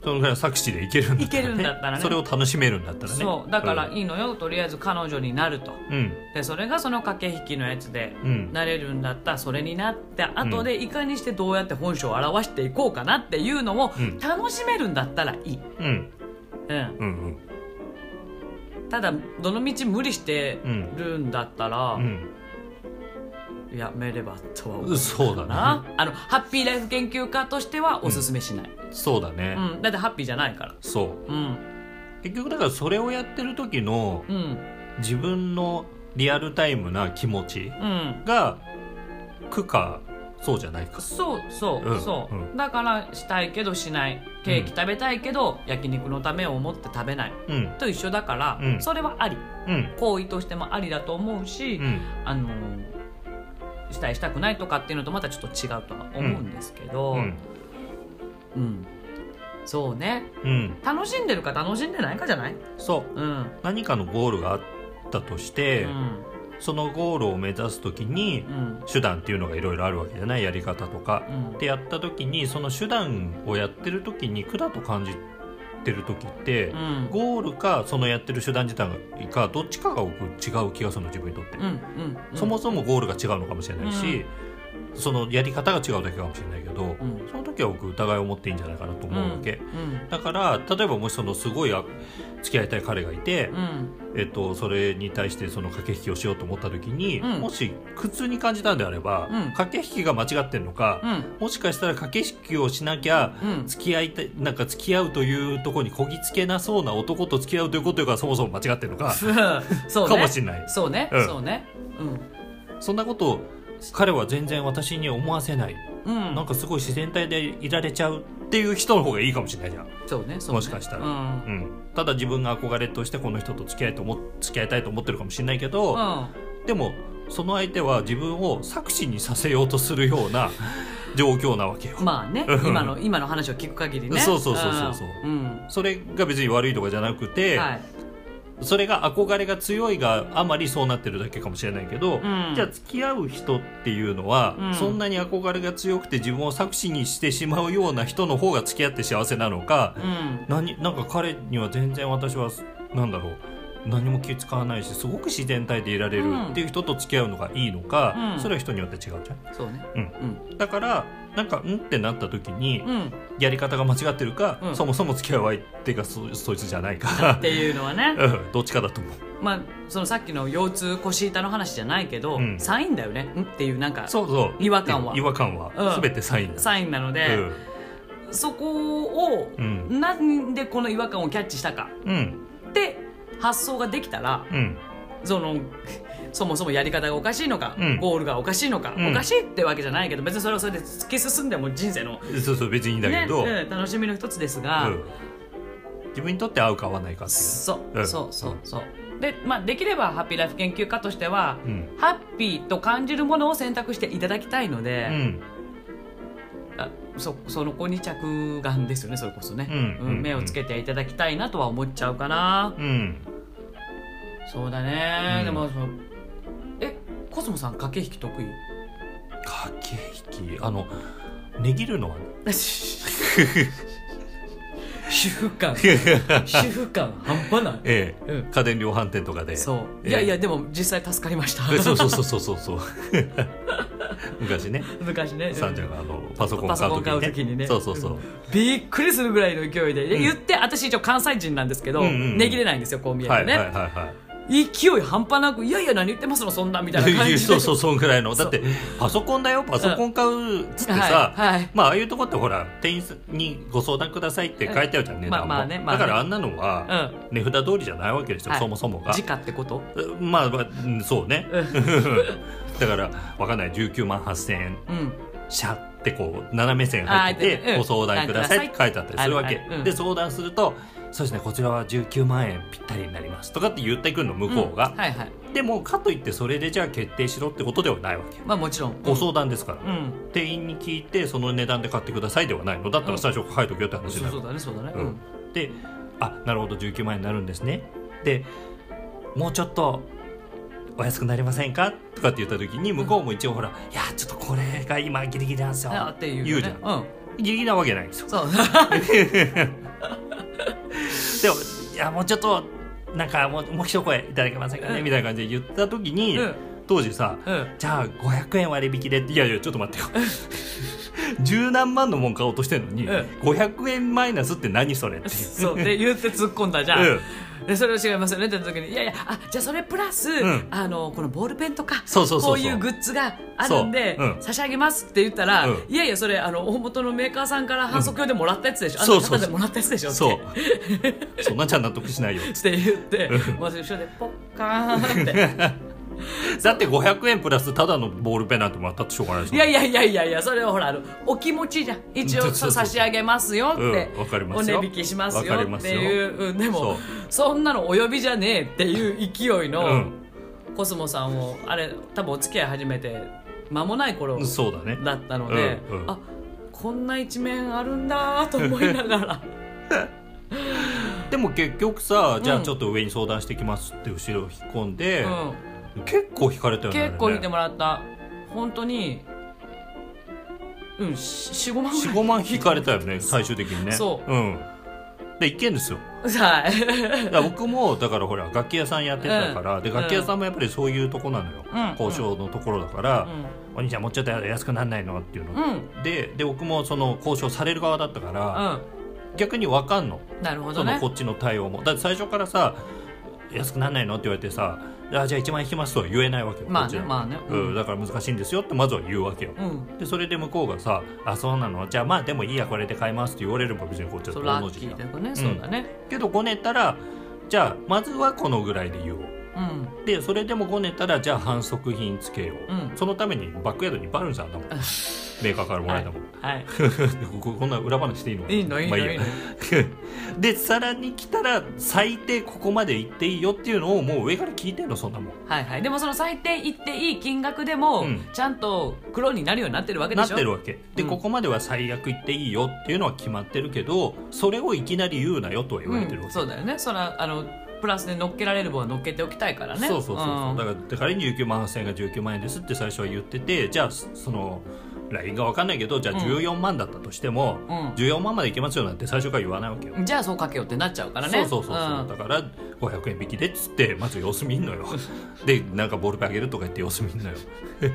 Speaker 2: そのぐらいの作詞でいけるんだったらね
Speaker 1: いけるんだったらね
Speaker 2: それを楽しめるんだったらね
Speaker 1: そうだからいいのよとりあえず彼女になると
Speaker 2: うん
Speaker 1: でそれがその駆け引きのやつで
Speaker 2: うん
Speaker 1: なれるんだったらそれになった後でいかにしてどうやって本性を表していこうかなっていうのを
Speaker 2: うん
Speaker 1: 楽しめるんだったらいい、
Speaker 2: うん
Speaker 1: うん、
Speaker 2: うんうん
Speaker 1: ただどの道無理してるんだったら、
Speaker 2: うん
Speaker 1: やめればとは思
Speaker 2: うん
Speaker 1: う
Speaker 2: そうだ
Speaker 1: か
Speaker 2: な
Speaker 1: なあのハッピーライフ研究家としてはおすすめしない、
Speaker 2: そうだね、
Speaker 1: うんだってハッピーじゃないから
Speaker 2: そ
Speaker 1: う
Speaker 2: う
Speaker 1: ん
Speaker 2: 結局だからそれをやってる時の
Speaker 1: うん
Speaker 2: 自分のリアルタイムな気持ち
Speaker 1: うん
Speaker 2: が苦かそうじゃないか
Speaker 1: そうそう、
Speaker 2: うん
Speaker 1: そう、
Speaker 2: うん
Speaker 1: だからしたいけどしないケーキ食べたいけど、焼肉のためを思って食べない
Speaker 2: うん
Speaker 1: と一緒だから、
Speaker 2: うん
Speaker 1: それはあり
Speaker 2: うん
Speaker 1: 行為としてもありだと思うし、
Speaker 2: うん
Speaker 1: あのしたいしたくないとかっていうのとまたちょっと違うとは思うんですけど、
Speaker 2: う
Speaker 1: うん
Speaker 2: ん
Speaker 1: そうね
Speaker 2: うん
Speaker 1: 楽しんでるか楽しんでないかじゃない
Speaker 2: そう
Speaker 1: うん、
Speaker 2: 何かのゴールがあったとして、
Speaker 1: うん
Speaker 2: そのゴールを目指す時に
Speaker 1: うん
Speaker 2: 手段っていうのがいろいろあるわけじゃないやり方とか
Speaker 1: う、ん
Speaker 2: ってやった時にその手段をやってる時に苦だと感じてる時って、
Speaker 1: うん
Speaker 2: ゴールかそのやってる手段自体かどっちかが僕違う気がするの自分にとって、
Speaker 1: うんうんうん
Speaker 2: そもそもゴールが違うのかもしれないし、そのやり方が違うだけかもしれないけど、
Speaker 1: うん
Speaker 2: その時は僕疑いを持っていいんじゃないかなと思うわけ、
Speaker 1: うん
Speaker 2: だから例えばもしそのすごいあ付き合いたい彼がいて、
Speaker 1: うん
Speaker 2: えっと、それに対してその駆け引きをしようと思った時に、
Speaker 1: うん
Speaker 2: もし苦痛に感じたんであれば、
Speaker 1: うん
Speaker 2: 駆け引きが間違ってるのか、
Speaker 1: うん
Speaker 2: もしかしたら駆け引きをしなきゃ
Speaker 1: うん
Speaker 2: 付き合いたいなんか付き合うというところにこぎつけなそうな男と付き合うということがそ [LAUGHS] もそも間違ってるの
Speaker 1: [LAUGHS]
Speaker 2: か、
Speaker 1: そうね
Speaker 2: かもしれない
Speaker 1: そうね、
Speaker 2: うん
Speaker 1: そうね
Speaker 2: そんなことを彼は全然私に思わせない、
Speaker 1: うんうん
Speaker 2: なんかすごい自然体でいられちゃうっていう人の方がいいかもしれないじゃん、
Speaker 1: そうねそうね
Speaker 2: もしかしたら、
Speaker 1: うん
Speaker 2: うんただ自分が憧れとしてこの人と付き合いと思っ付き合いたいと思ってるかもしれないけど、
Speaker 1: うん
Speaker 2: でもその相手は自分を作詞にさせようとするような状況なわけよ。
Speaker 1: まあね
Speaker 2: うん
Speaker 1: 今の今の話を聞く限りね
Speaker 2: そうそうそうそうそうん
Speaker 1: うん
Speaker 2: それが別に悪いとかじゃなくて、
Speaker 1: はい
Speaker 2: それが憧れが強いがあまりそうなってるだけかもしれないけど、
Speaker 1: ん
Speaker 2: じゃあ付き合う人っていうのは、
Speaker 1: うん
Speaker 2: そんなに憧れが強くて自分を作詞にしてしまうような人の方が付き合って幸せなのか、
Speaker 1: うん
Speaker 2: 何なんか彼には全然私は何だろう何も気使わないしすごく自然体でいられるっていう人と付き合うのがいいのか、
Speaker 1: うん
Speaker 2: それは人によって違うじゃん。
Speaker 1: そうね
Speaker 2: うんだからなんか「ん?」ってなった時に
Speaker 1: うんうん
Speaker 2: やり方が間違ってるか、
Speaker 1: うん
Speaker 2: そもそも付き合う相手がそそいつじゃない
Speaker 1: っ
Speaker 2: か
Speaker 1: ていうのはね
Speaker 2: [LAUGHS] うんどっちかだと思う
Speaker 1: まあそのさっきの腰痛腰痛の話じゃないけど
Speaker 2: うん
Speaker 1: サインだよねんっていうなんか
Speaker 2: そうそう
Speaker 1: 違和感は
Speaker 2: 違和感は、
Speaker 1: うん
Speaker 2: 全てサインだ
Speaker 1: サインなのでそこを
Speaker 2: うんうん
Speaker 1: なんでこの違和感をキャッチしたか
Speaker 2: うん
Speaker 1: って発想ができたら
Speaker 2: うん
Speaker 1: そのそもそもやり方がおかしいのか、
Speaker 2: うん
Speaker 1: ゴールがおかしいのか、
Speaker 2: うん
Speaker 1: おかしいってわけじゃないけど別にそれをそれで突き進んでも人生の、
Speaker 2: そうそう別にいいんだけど、
Speaker 1: ねうん楽しみの一つですが、
Speaker 2: うん自分にとって合うか合わないかっていう
Speaker 1: そう
Speaker 2: うん
Speaker 1: そうそうそうで,、まあ、できればハッピーライフ研究家としては、
Speaker 2: うん
Speaker 1: ハッピーと感じるものを選択していただきたいの
Speaker 2: う
Speaker 1: で、
Speaker 2: ん
Speaker 1: あそその子に着眼ですよねそれこそね、
Speaker 2: うんうん
Speaker 1: 目をつけていただきたいなとは思っちゃうかな、
Speaker 2: うん
Speaker 1: そうだね、
Speaker 2: うん
Speaker 1: でもそのえコスモさん駆け引き得意
Speaker 2: 駆け引きあの値切るのはね
Speaker 1: [LAUGHS] 主婦感主婦感半端ない、
Speaker 2: ええ
Speaker 1: うん、
Speaker 2: 家電量販店とかで
Speaker 1: そう
Speaker 2: ええ
Speaker 1: いやいやでも実際助かりました
Speaker 2: えそうそうそうそうそうそう [LAUGHS] 昔ね
Speaker 1: [LAUGHS] 昔ね
Speaker 2: さんちゃんがあのパソコン
Speaker 1: パ
Speaker 2: 買
Speaker 1: ソ
Speaker 2: う
Speaker 1: コン買う
Speaker 2: 時
Speaker 1: 時
Speaker 2: に
Speaker 1: に
Speaker 2: ね
Speaker 1: ね
Speaker 2: そうそうそうん
Speaker 1: びっくりするぐらいの勢いでで
Speaker 2: うん
Speaker 1: 言って私一応関西人なんですけど、
Speaker 2: うんうんうん
Speaker 1: 値切れないんですよこう見え
Speaker 2: は
Speaker 1: て
Speaker 2: い
Speaker 1: ね、
Speaker 2: はいはいはい
Speaker 1: 勢い半端なく「いやいや何言ってますのそんな」みたいな感じで
Speaker 2: [LAUGHS] そうそううそんぐらいの
Speaker 1: そ
Speaker 2: だ
Speaker 1: う
Speaker 2: ってパソコンだよパソコン買うっつってさ、
Speaker 1: はいはい
Speaker 2: まあああいうとこってほら店員さんにご相談くださいって書いてあるじゃん値段も、
Speaker 1: まあまあねまあね
Speaker 2: だからあんなの
Speaker 1: う
Speaker 2: は
Speaker 1: ん
Speaker 2: 値札通りじゃないわけですよ、
Speaker 1: はい
Speaker 2: そもそもが
Speaker 1: 時価ってこと
Speaker 2: まあ、まあ [LAUGHS] うんそうね
Speaker 1: う
Speaker 2: だからわかんない19万8000円
Speaker 1: うん
Speaker 2: シャってこう斜め線入っ
Speaker 1: あ
Speaker 2: て
Speaker 1: ー
Speaker 2: て、
Speaker 1: うん
Speaker 2: ご相談くださいって書いてあったりするわけ、
Speaker 1: あるあるうん
Speaker 2: で相談すると「そうですねこちらは19万円ぴったりになります」とかって言ってくるの向こうが、
Speaker 1: はいはい
Speaker 2: でもかといってそれでじゃあ決定しろってことではないわけよ
Speaker 1: まあもちろん
Speaker 2: ご相談ですから、
Speaker 1: うん
Speaker 2: 店員に聞いてその値段で買ってくださいではないのだったら最初から書いとけよって話に
Speaker 1: そ
Speaker 2: な
Speaker 1: う
Speaker 2: る
Speaker 1: そうだねそうだねう
Speaker 2: うんん、であなるほど19万円になるんですねでもうちょっとお安くなりませんかとかって言った時に向こうも一応ほら「いやちょっとこれが今ギリギリなんですよ」
Speaker 1: あっていう、ね、
Speaker 2: 言うじゃん
Speaker 1: うん
Speaker 2: ギリギリなわけないんですよ
Speaker 1: そう [LAUGHS]
Speaker 2: でも「いやもうちょっとなんかもうもう一声いただけませんかね」
Speaker 1: うん
Speaker 2: みたいな感じで言った時に、
Speaker 1: うん
Speaker 2: 当時さ
Speaker 1: うん
Speaker 2: じゃあ500円割引でっていやいやちょっと待ってよ [LAUGHS] 十何万のもん買おうとしてるのに、
Speaker 1: うん
Speaker 2: 500円マイナスって何それっていう
Speaker 1: [LAUGHS] そうで言って突っ込んだじゃん、
Speaker 2: うん
Speaker 1: でそれは違いますよねって時にいやいやあじゃあそれプラス、
Speaker 2: ん
Speaker 1: あのこのボールペンとか
Speaker 2: そうそうそう
Speaker 1: こう
Speaker 2: そう
Speaker 1: いうグッズがあるんで、
Speaker 2: そううん
Speaker 1: 差し上げますって言ったら、
Speaker 2: うん
Speaker 1: いやいやそれあの大元のメーカーさんから反則用でもらったやつでしょ、
Speaker 2: う
Speaker 1: あ
Speaker 2: ん
Speaker 1: の
Speaker 2: そうそ
Speaker 1: 方
Speaker 2: うそう
Speaker 1: でもらったやつでしょって
Speaker 2: そうそんなんじゃ納得しないよ
Speaker 1: って言
Speaker 2: [LAUGHS]
Speaker 1: って、私後ろでポッカーンって
Speaker 2: だって500円プラスただのボールペンなんてもらったってしょうがないです
Speaker 1: いやいやいやいやいやそれはほらあのお気持ちじゃん一応
Speaker 2: そうそうそう
Speaker 1: 差し上げますよって、
Speaker 2: うんわかります
Speaker 1: お
Speaker 2: よ
Speaker 1: 値引きします
Speaker 2: わか
Speaker 1: よ
Speaker 2: りま
Speaker 1: っ
Speaker 2: す
Speaker 1: て
Speaker 2: よ
Speaker 1: いううんでもそんなのお呼びじゃねえっていう勢いの、
Speaker 2: うん
Speaker 1: コスモさんをあれ多分お付き合い始めて間もない頃
Speaker 2: そうだね
Speaker 1: だったので、
Speaker 2: うんうん
Speaker 1: あこんな一面あるんだと思いなが
Speaker 2: [LAUGHS]
Speaker 1: ら
Speaker 2: でも結局さじゃ
Speaker 1: う
Speaker 2: あ
Speaker 1: ん
Speaker 2: ちょっと上に相談してきますって後ろ引っ込んで、
Speaker 1: うん
Speaker 2: 結構引かれたよね
Speaker 1: 結構見て
Speaker 2: も
Speaker 1: もらった本当にうん45万ぐらい
Speaker 2: 45万引かれたよね最終的にね
Speaker 1: そうん
Speaker 2: で一件ですよ
Speaker 1: はい
Speaker 2: [LAUGHS] だから僕もだからほら楽器屋さんやってたから、で楽器屋さんもやっぱりそういうとこなのよ、
Speaker 1: うん
Speaker 2: 交渉のところだから、
Speaker 1: う
Speaker 2: お兄ちゃんもうちょっと安くなんないのっていうの、
Speaker 1: ん、うん
Speaker 2: でで僕もその交渉される側だったから、
Speaker 1: う
Speaker 2: 逆に分かんの
Speaker 1: ん、なるほ
Speaker 2: そ
Speaker 1: ど
Speaker 2: の
Speaker 1: ね
Speaker 2: こっちの対応もだって最初からさ「安くなんないの?」って言われてさ「あじゃあ1万円引きます」とは言えないわけよ
Speaker 1: まあ
Speaker 2: こっち
Speaker 1: ね
Speaker 2: は
Speaker 1: まあねうん、
Speaker 2: うん、だから難しいんですよってまずは言うわけよ、
Speaker 1: うん
Speaker 2: でそれで向こうがさ「あそうなのじゃあまあでもいいやこれで買います」って言われれば別にこっちは
Speaker 1: そう
Speaker 2: 遠
Speaker 1: ラ
Speaker 2: の
Speaker 1: ッ
Speaker 2: 字
Speaker 1: キ
Speaker 2: じゃ
Speaker 1: ー
Speaker 2: ん
Speaker 1: というかね、そうだね
Speaker 2: けどごねたらじゃあまずはこのぐらいで言おう
Speaker 1: うん
Speaker 2: でそれでもごねたらじゃあ反則品つけよう、
Speaker 1: うん
Speaker 2: そのためにバックヤードにバルーンさんだ
Speaker 1: [LAUGHS]
Speaker 2: もんメーカーからもらえたもん、 [LAUGHS]
Speaker 1: はい
Speaker 2: ここんな裏話していいの
Speaker 1: いいのいい
Speaker 2: ま
Speaker 1: の
Speaker 2: あ
Speaker 1: いい
Speaker 2: や
Speaker 1: の、
Speaker 2: [LAUGHS] でさらに来たら最低ここまで行っていいよっていうのをもう上から聞いてんのそんなもん
Speaker 1: はいはい、でもその最低言っていい金額でも、
Speaker 2: うん
Speaker 1: ちゃんと黒になるようになってるわけで
Speaker 2: なっ
Speaker 1: しょ
Speaker 2: てるわけで、
Speaker 1: うん
Speaker 2: ここまでは最悪行っていいよっていうのは決まってるけどそれをいきなり言うなよとは言われてるわ
Speaker 1: うん、
Speaker 2: け、
Speaker 1: そうだよねそらあのプラスで乗っけられる分は乗っけておきたいからね
Speaker 2: そうそうそうそう、
Speaker 1: ん
Speaker 2: だからだから19万8000円が19万円ですって最初は言っててじゃあその LINE が分かんないけどじゃあ
Speaker 1: うん
Speaker 2: 14万だったとしても、
Speaker 1: うん
Speaker 2: 14万までいけますよなんて最初から言わないわけよ、
Speaker 1: じゃあそうかけようってなっちゃうからね
Speaker 2: そうそうそうそう、だから500円引きでっつってまず様子見ん
Speaker 1: [LAUGHS]
Speaker 2: のよでなんかボールペンあげるとか言って様子見んのよ [LAUGHS]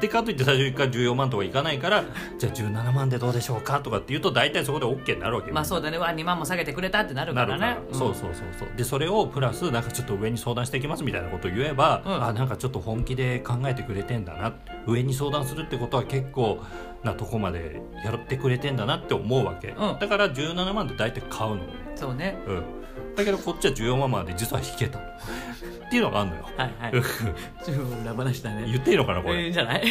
Speaker 2: でかといって最初から14万とかいかないからじゃあ17万でどうでしょうかとかって言うと大体そこで OK になるわけ
Speaker 1: う
Speaker 2: よ
Speaker 1: ん、まあそうだねわ2万も下げてくれたってなる
Speaker 2: な
Speaker 1: か
Speaker 2: る
Speaker 1: ら
Speaker 2: から
Speaker 1: ね、ん
Speaker 2: そうそうそうそうでそれをプラスなんかちょっと上に相談してきますみたいなことを言えば、
Speaker 1: うん
Speaker 2: あなんかちょっと本気で考えてくれてんだな上に相談するってことは結構なとこまでやってくれてんだなって思うわけ、
Speaker 1: うん
Speaker 2: だから17万で大体買うの、
Speaker 1: そうね
Speaker 2: うん、だけどこっちは14万まで実は引けたっていうのがあるのよ
Speaker 1: はい
Speaker 2: [LAUGHS]
Speaker 1: はいちょっと裏話だね
Speaker 2: 言っていいのかなこ
Speaker 1: いい
Speaker 2: れ、
Speaker 1: んじゃない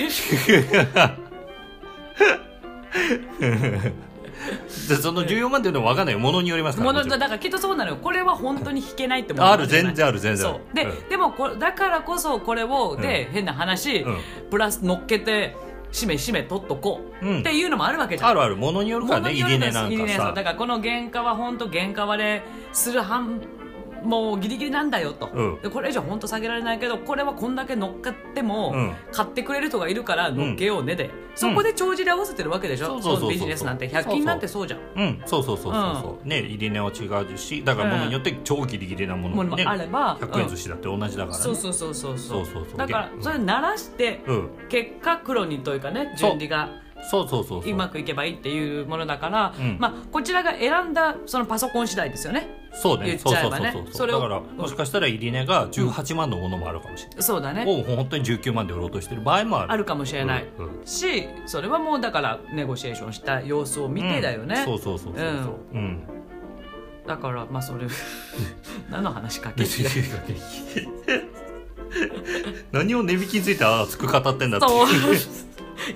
Speaker 2: でその14万っていうのは分かんないものによりますから
Speaker 1: もの
Speaker 2: もちろ
Speaker 1: だ
Speaker 2: ん
Speaker 1: からきっとそうなのよこれは本当に弾けないっても
Speaker 2: ある全然ある全然あ
Speaker 1: そ
Speaker 2: る
Speaker 1: うで、でもこれだからこそこれをで、変な話、
Speaker 2: うん
Speaker 1: プラス乗っけてしめしめ取っとこう、
Speaker 2: うん
Speaker 1: っていうのもあるわけじゃん
Speaker 2: あるあるものによるからね
Speaker 1: 物に
Speaker 2: 入
Speaker 1: よる
Speaker 2: り
Speaker 1: んで
Speaker 2: 値
Speaker 1: す
Speaker 2: なん
Speaker 1: 入
Speaker 2: か
Speaker 1: り値そう
Speaker 2: さ
Speaker 1: だからこの原価は本当原価割れする半もうギリギリなんだよと、
Speaker 2: うん
Speaker 1: でこれ以上本当下げられないけどこれはこんだけ乗っかっても、
Speaker 2: うん
Speaker 1: 買ってくれる人がいるから乗っけようねで、そこで帳尻合わせてるわけでしょ、
Speaker 2: うんそうそうそうそう
Speaker 1: のビジネスなんて100均なんてそうじゃん
Speaker 2: うん、そうそうそうそうそう、ね入り値は違うしだからものによって超ギリギリなもの
Speaker 1: ものも
Speaker 2: ね
Speaker 1: あれば
Speaker 2: 100円寿司だって同じだからね、
Speaker 1: そうそうそうそうそう
Speaker 2: そうそうそう
Speaker 1: だから
Speaker 2: うん
Speaker 1: それ鳴らして、
Speaker 2: うん
Speaker 1: 結果黒にというかね
Speaker 2: そう
Speaker 1: 順利が
Speaker 2: そうそうそうそう
Speaker 1: うまくいけばいいっていうものだから、
Speaker 2: うん
Speaker 1: まあ、こちらが選んだそのパソコン次第ですよね
Speaker 2: そうね
Speaker 1: 言っちゃえばね
Speaker 2: そうそうそう
Speaker 1: そ
Speaker 2: そう
Speaker 1: れ
Speaker 2: だ
Speaker 1: を
Speaker 2: からもしかしたら入り値が18万のものもあるかもしれない、
Speaker 1: そうだね
Speaker 2: を本当に19万で売ろうとしてる場合もある
Speaker 1: あるかもしれない、
Speaker 2: うんうん
Speaker 1: しそれはもうだからネゴシエーションした様子を見てだよね、
Speaker 2: うんそうそうそうそうそううん、
Speaker 1: だからまあ
Speaker 2: [LAUGHS]
Speaker 1: それ何の話かけ
Speaker 2: 別に [LAUGHS] 何を値引きについて熱く語ってんだって
Speaker 1: そう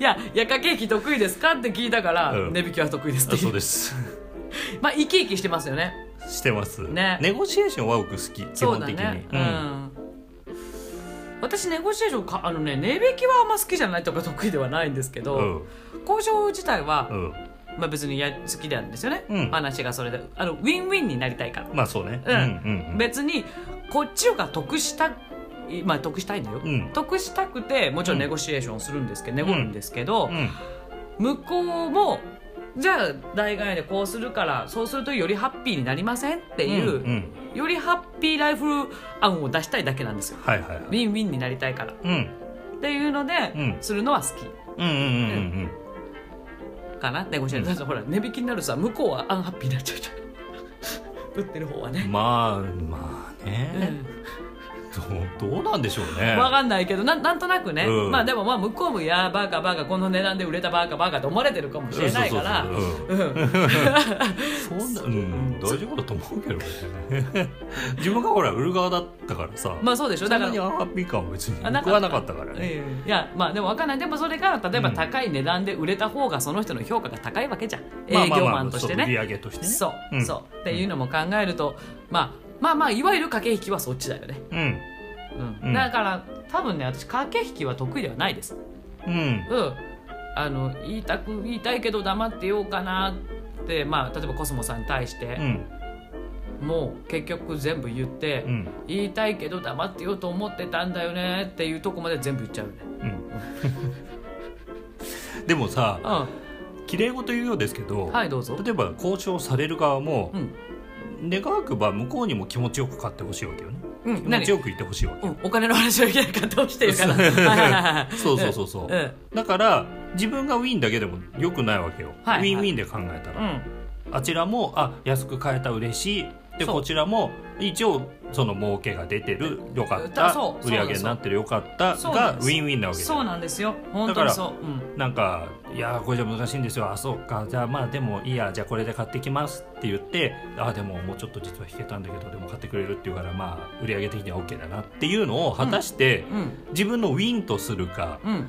Speaker 1: いや夜間ケーキ得意ですかって聞いたから、
Speaker 2: うん
Speaker 1: 値引きは得意ですって
Speaker 2: あそうです
Speaker 1: まあ生き生きしてますよね
Speaker 2: してます、
Speaker 1: ね
Speaker 2: ネゴシエーションは僕好き基
Speaker 1: そう
Speaker 2: 本
Speaker 1: だ
Speaker 2: 的に
Speaker 1: ねう、
Speaker 2: うんん
Speaker 1: 私ネゴシエーションかあのね値引きはあんま好きじゃないとか得意ではないんですけど、
Speaker 2: うん
Speaker 1: 交渉自体は、
Speaker 2: うん
Speaker 1: まあ、別にや好きなんですよね、
Speaker 2: うん
Speaker 1: 話がそれであのウィンウィンになりたいから、
Speaker 2: まあそうね
Speaker 1: うん
Speaker 2: うんうん
Speaker 1: 別にこっちが得したいまあ得したいんだよ、
Speaker 2: うん
Speaker 1: 得したくてもちろん
Speaker 2: うん
Speaker 1: ネゴシエーションするんですけど、ネゴるんですけど、
Speaker 2: うん
Speaker 1: 向こうもじゃあ代替でこうするからそうするとよりハッピーになりませんっていう、
Speaker 2: うんうん
Speaker 1: よりハッピーライフ案を出したいだけなんですよ
Speaker 2: はいはいはい
Speaker 1: ウィンウィンになりたいから
Speaker 2: うん
Speaker 1: っていうので、
Speaker 2: うん
Speaker 1: するのは好き
Speaker 2: うんうんうんうん
Speaker 1: かなネゴシエーション、だからほら値引きになるとさ向こうはアンハッピーになっちゃうじゃん [LAUGHS] 売ってる方は
Speaker 2: う
Speaker 1: ね、
Speaker 2: んまあまあ
Speaker 1: う
Speaker 2: ね
Speaker 1: ん
Speaker 2: どうどうなんでしょうね
Speaker 1: わかんないけどなんなんとなくね、
Speaker 2: うん
Speaker 1: まあでもまあ向こうも「いやーバカバカこの値段で売れたバカバカ」と思われてるかもしれないから
Speaker 2: うんそうそうそううん
Speaker 1: うん
Speaker 2: そんな、うん、大丈夫だと思うけどね自分がほら売る側だったからさ、
Speaker 1: まあそうでしょ
Speaker 2: そ
Speaker 1: だ
Speaker 2: ん
Speaker 1: か
Speaker 2: な
Speaker 1: ら
Speaker 2: にアンハッピー感は別に
Speaker 1: あなかった
Speaker 2: 僕はなかったからね、
Speaker 1: ええいやまあでも分かんないでもそれが例えば高い値段で売れた方がその人の評価が高いわけじゃん、
Speaker 2: まあ
Speaker 1: 営
Speaker 2: まあ
Speaker 1: 業
Speaker 2: まあ
Speaker 1: マンとしてね、
Speaker 2: そう売り上げとしてね
Speaker 1: そう、
Speaker 2: うん
Speaker 1: そうっていうのも考えると、まあ、まあまあいわゆる駆け引きはそっちだよね、
Speaker 2: うん
Speaker 1: うん
Speaker 2: うん
Speaker 1: だから多分ね私駆け引きは得意ではないです
Speaker 2: う
Speaker 1: う
Speaker 2: ん
Speaker 1: んあの言いたく言いたいけど黙ってようかなって、まあ、例えばコスモさんに対して、
Speaker 2: うん
Speaker 1: もう結局全部言って、
Speaker 2: うん
Speaker 1: 言いたいけど黙ってようと思ってたんだよねっていうとこまで全部言っちゃうね
Speaker 2: [LAUGHS] でもさ
Speaker 1: う
Speaker 2: 綺麗事言うようですけど、
Speaker 1: んはいどうぞ
Speaker 2: 例えば交渉される側も
Speaker 1: う、ん
Speaker 2: 願わくば向こうにも気持ちよく買ってほしいわけよね
Speaker 1: うん
Speaker 2: 気持
Speaker 1: 何
Speaker 2: ちよく言ってほしいわけ
Speaker 1: う
Speaker 2: よ、
Speaker 1: ん、お金の話はいけないかとしてるからはいはいはいはい
Speaker 2: [LAUGHS] そうそうそうそう、
Speaker 1: うん
Speaker 2: だから自分がウィンだけでもよくないわけよ、
Speaker 1: はいはい
Speaker 2: ウィンウィンで考えたら、
Speaker 1: うん
Speaker 2: あちらもあ安く買えた嬉しいで
Speaker 1: そう
Speaker 2: こちらも一応その儲けが出てるよかっ
Speaker 1: だ
Speaker 2: た
Speaker 1: そうそう
Speaker 2: 売り上げになってるよかった
Speaker 1: そうなん
Speaker 2: が
Speaker 1: で
Speaker 2: ウ
Speaker 1: す
Speaker 2: ィンウィンなわけじゃ
Speaker 1: そ
Speaker 2: ん
Speaker 1: うなんですよ本当にそう、うん、
Speaker 2: なんか「いやーこれじゃ難しいんですよあそうかじゃあまあでもいいやじゃあこれで買ってきます」って言って「あでももうちょっと実は引けたんだけどでも買ってくれる」っていうからまあ売り上げ的には OK だなっていうのを果たして
Speaker 1: うん
Speaker 2: 自分のウィンとするか、
Speaker 1: うん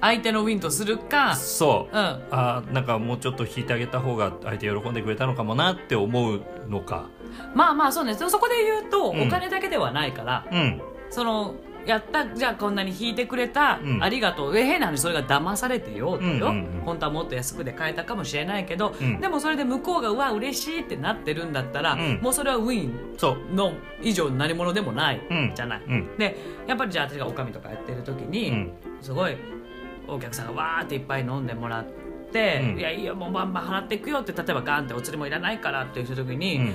Speaker 1: 相手のウィンとするか
Speaker 2: そう
Speaker 1: う、ん
Speaker 2: あーなんかもうちょっと引いてあげた方が相手喜んでくれたのかもなって思うのか
Speaker 1: まあまあそうねそそこで言うと、
Speaker 2: うん
Speaker 1: お金だけではないから
Speaker 2: うん
Speaker 1: そのやったじゃあこんなに引いてくれた、
Speaker 2: うん
Speaker 1: ありがとうえ変な話それが騙されてよってよ、
Speaker 2: うんうんうん
Speaker 1: 本当はもっと安くで買えたかもしれないけど、
Speaker 2: うん
Speaker 1: でもそれで向こうがうわ嬉しいってなってるんだったら、
Speaker 2: うん
Speaker 1: もうそれはウィン
Speaker 2: そう
Speaker 1: の以上の何者でもないじゃない、
Speaker 2: うん
Speaker 1: でやっぱりじゃあ私がおかみとかやってる時に、
Speaker 2: うん
Speaker 1: すごいお客さんがわーっていっぱい飲んでもらって、
Speaker 2: うん
Speaker 1: いやいいよもうバンバン払っていくよって例えばガンってお釣りもいらないからっていう時に、
Speaker 2: うん
Speaker 1: 例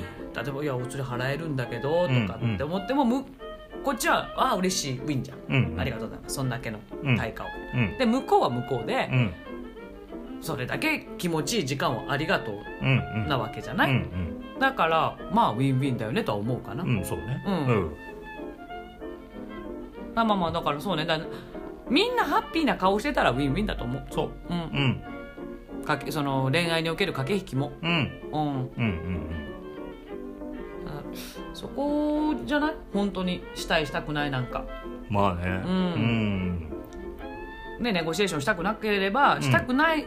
Speaker 1: えばいやお釣り払えるんだけどとか
Speaker 2: うん
Speaker 1: って思っても、むこっちはああ嬉しいウィンじゃん、
Speaker 2: うんうん
Speaker 1: ありがとうございますそんだけの対価を、
Speaker 2: うん
Speaker 1: で向こうは向こうで
Speaker 2: う、ん
Speaker 1: それだけ気持ちいい時間をありがとう
Speaker 2: うん
Speaker 1: なわけじゃな
Speaker 2: う
Speaker 1: い、
Speaker 2: ん
Speaker 1: だからまあウィンウィンだよねとは思うかな、
Speaker 2: うんうんそうね
Speaker 1: うんまあまあまあだからそうねだみんなハッピーな顔してたらウィンウィンだと思う、
Speaker 2: そう
Speaker 1: うん
Speaker 2: うん
Speaker 1: かけその恋愛における駆け引きも、
Speaker 2: うん
Speaker 1: うん、
Speaker 2: うんうん
Speaker 1: あそこじゃない本当にしたいしたくないなんか
Speaker 2: うんまあね
Speaker 1: う
Speaker 2: うんん
Speaker 1: ねネゴシエーションしたくなければ、
Speaker 2: ん
Speaker 1: したくない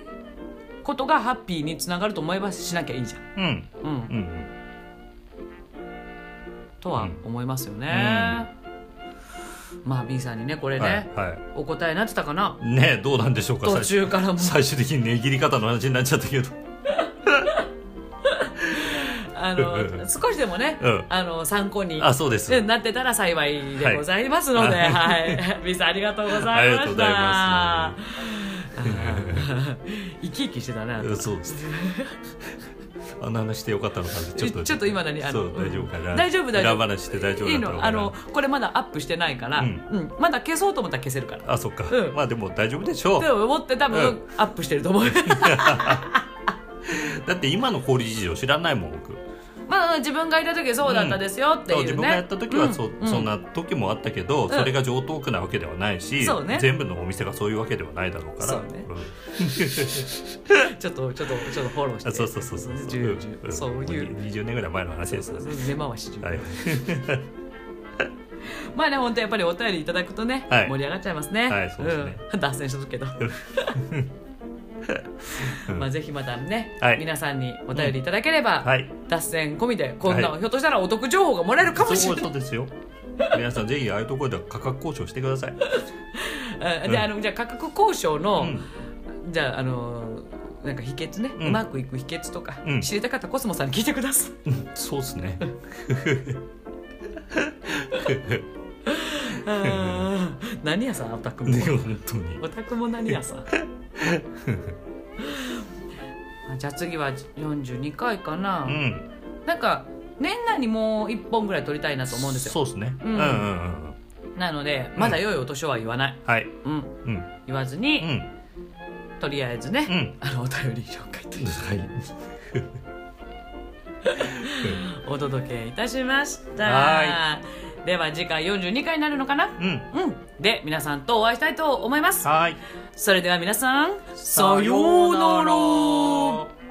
Speaker 1: ことがハッピーにつながると思えばしなきゃいいじゃん、うん
Speaker 2: うんうんうん
Speaker 1: とは思いますよね、まあ B さんにねこれね、
Speaker 2: はいは
Speaker 1: お答えになってたかない
Speaker 2: ねどうなんでしょうか
Speaker 1: 途
Speaker 2: 最終
Speaker 1: 中からも
Speaker 2: 最終的に値切り方の話になっちゃったけど
Speaker 1: あ
Speaker 2: うんう
Speaker 1: の
Speaker 2: ん
Speaker 1: 少しでもね、
Speaker 2: うん
Speaker 1: あの参考に
Speaker 2: あそうです
Speaker 1: うんなってたら幸いでございますので、
Speaker 2: はい
Speaker 1: はい。 [LAUGHS] ミさんありがとうございました。
Speaker 2: ありがとうございます
Speaker 1: あー [LAUGHS] 生き生きしてたね。あなた
Speaker 2: うんそうですねあの話してよかったのかなちょっと
Speaker 1: ちょっと今何あの
Speaker 2: そう大丈夫かな
Speaker 1: 大丈夫大丈夫
Speaker 2: 裏話して大丈夫
Speaker 1: い
Speaker 2: だ
Speaker 1: い
Speaker 2: ったか
Speaker 1: の
Speaker 2: な
Speaker 1: あのこれまだアップしてないから、う
Speaker 2: うんん
Speaker 1: まだ消そうと思ったら消せるから。
Speaker 2: あそっか
Speaker 1: うん
Speaker 2: まあでも大丈夫でしょう
Speaker 1: でも思って多分、
Speaker 2: うん
Speaker 1: アップしてると
Speaker 2: [LAUGHS]
Speaker 1: 思う
Speaker 2: だって今の小売事情知らないもん僕
Speaker 1: まあ自分がいた時そうだったですよっていう
Speaker 2: そう
Speaker 1: ね、
Speaker 2: 自分がやった時はそ,、
Speaker 1: うん
Speaker 2: そんな時もあったけど、それが上等区なわけではないし、
Speaker 1: そうね
Speaker 2: 全部のお店がそういうわけではないだろうから
Speaker 1: そうね
Speaker 2: ん
Speaker 1: うんちょっとちょっとちょっとフォローして
Speaker 2: あそうそうそうそうそう
Speaker 1: 10
Speaker 2: ん
Speaker 1: そういう
Speaker 2: 20年ぐらい前の話ですよね
Speaker 1: 根回し中
Speaker 2: はい
Speaker 1: まあね本当やっぱりお便りいただくとね、
Speaker 2: はい
Speaker 1: 盛り上がっちゃいますね。
Speaker 2: はいそうですね
Speaker 1: うん [LAUGHS] 脱線しとるけど。まあぜひまたね、
Speaker 2: はい
Speaker 1: 皆さんにお便りいただければ、
Speaker 2: はい
Speaker 1: 脱線込みでこんな、
Speaker 2: はい
Speaker 1: ひょっとしたらお得情報がもらえるかもしれない
Speaker 2: そうそうですよ皆さんぜひああいうところでは価格交渉してくだ
Speaker 1: [LAUGHS]
Speaker 2: さい
Speaker 1: うんであのじゃあ価格交渉の、
Speaker 2: うん
Speaker 1: じゃああのなんか秘訣ね、
Speaker 2: う
Speaker 1: うんまくいく秘訣とか、
Speaker 2: うん
Speaker 1: 知りたかったらコスモさんに聞いてください。
Speaker 2: そうで
Speaker 1: [LAUGHS]
Speaker 2: すね
Speaker 1: うん [LAUGHS] 何屋さんオタク
Speaker 2: [LAUGHS]
Speaker 1: も
Speaker 2: ね本当に
Speaker 1: オタクも何
Speaker 2: [LAUGHS]
Speaker 1: 屋さんあじゃあ次は42回かな、
Speaker 2: うん
Speaker 1: なんか年内にもう1本ぐらい撮りたいなと思うんですよ
Speaker 2: そうですね
Speaker 1: う
Speaker 2: うんんうんうん
Speaker 1: なのでまだ良いお年は言わない、
Speaker 2: はい
Speaker 1: うん
Speaker 2: うん
Speaker 1: 言わず
Speaker 2: う
Speaker 1: に、
Speaker 2: ん
Speaker 1: とりあえずね、
Speaker 2: うん
Speaker 1: あのお便り紹介という
Speaker 2: はい
Speaker 1: [LAUGHS] お届けいたしました
Speaker 2: は
Speaker 1: では次回42回になるのかな
Speaker 2: うん
Speaker 1: うんで皆さんとお会いしたいと思います
Speaker 2: はい
Speaker 1: それでは皆さんさようなら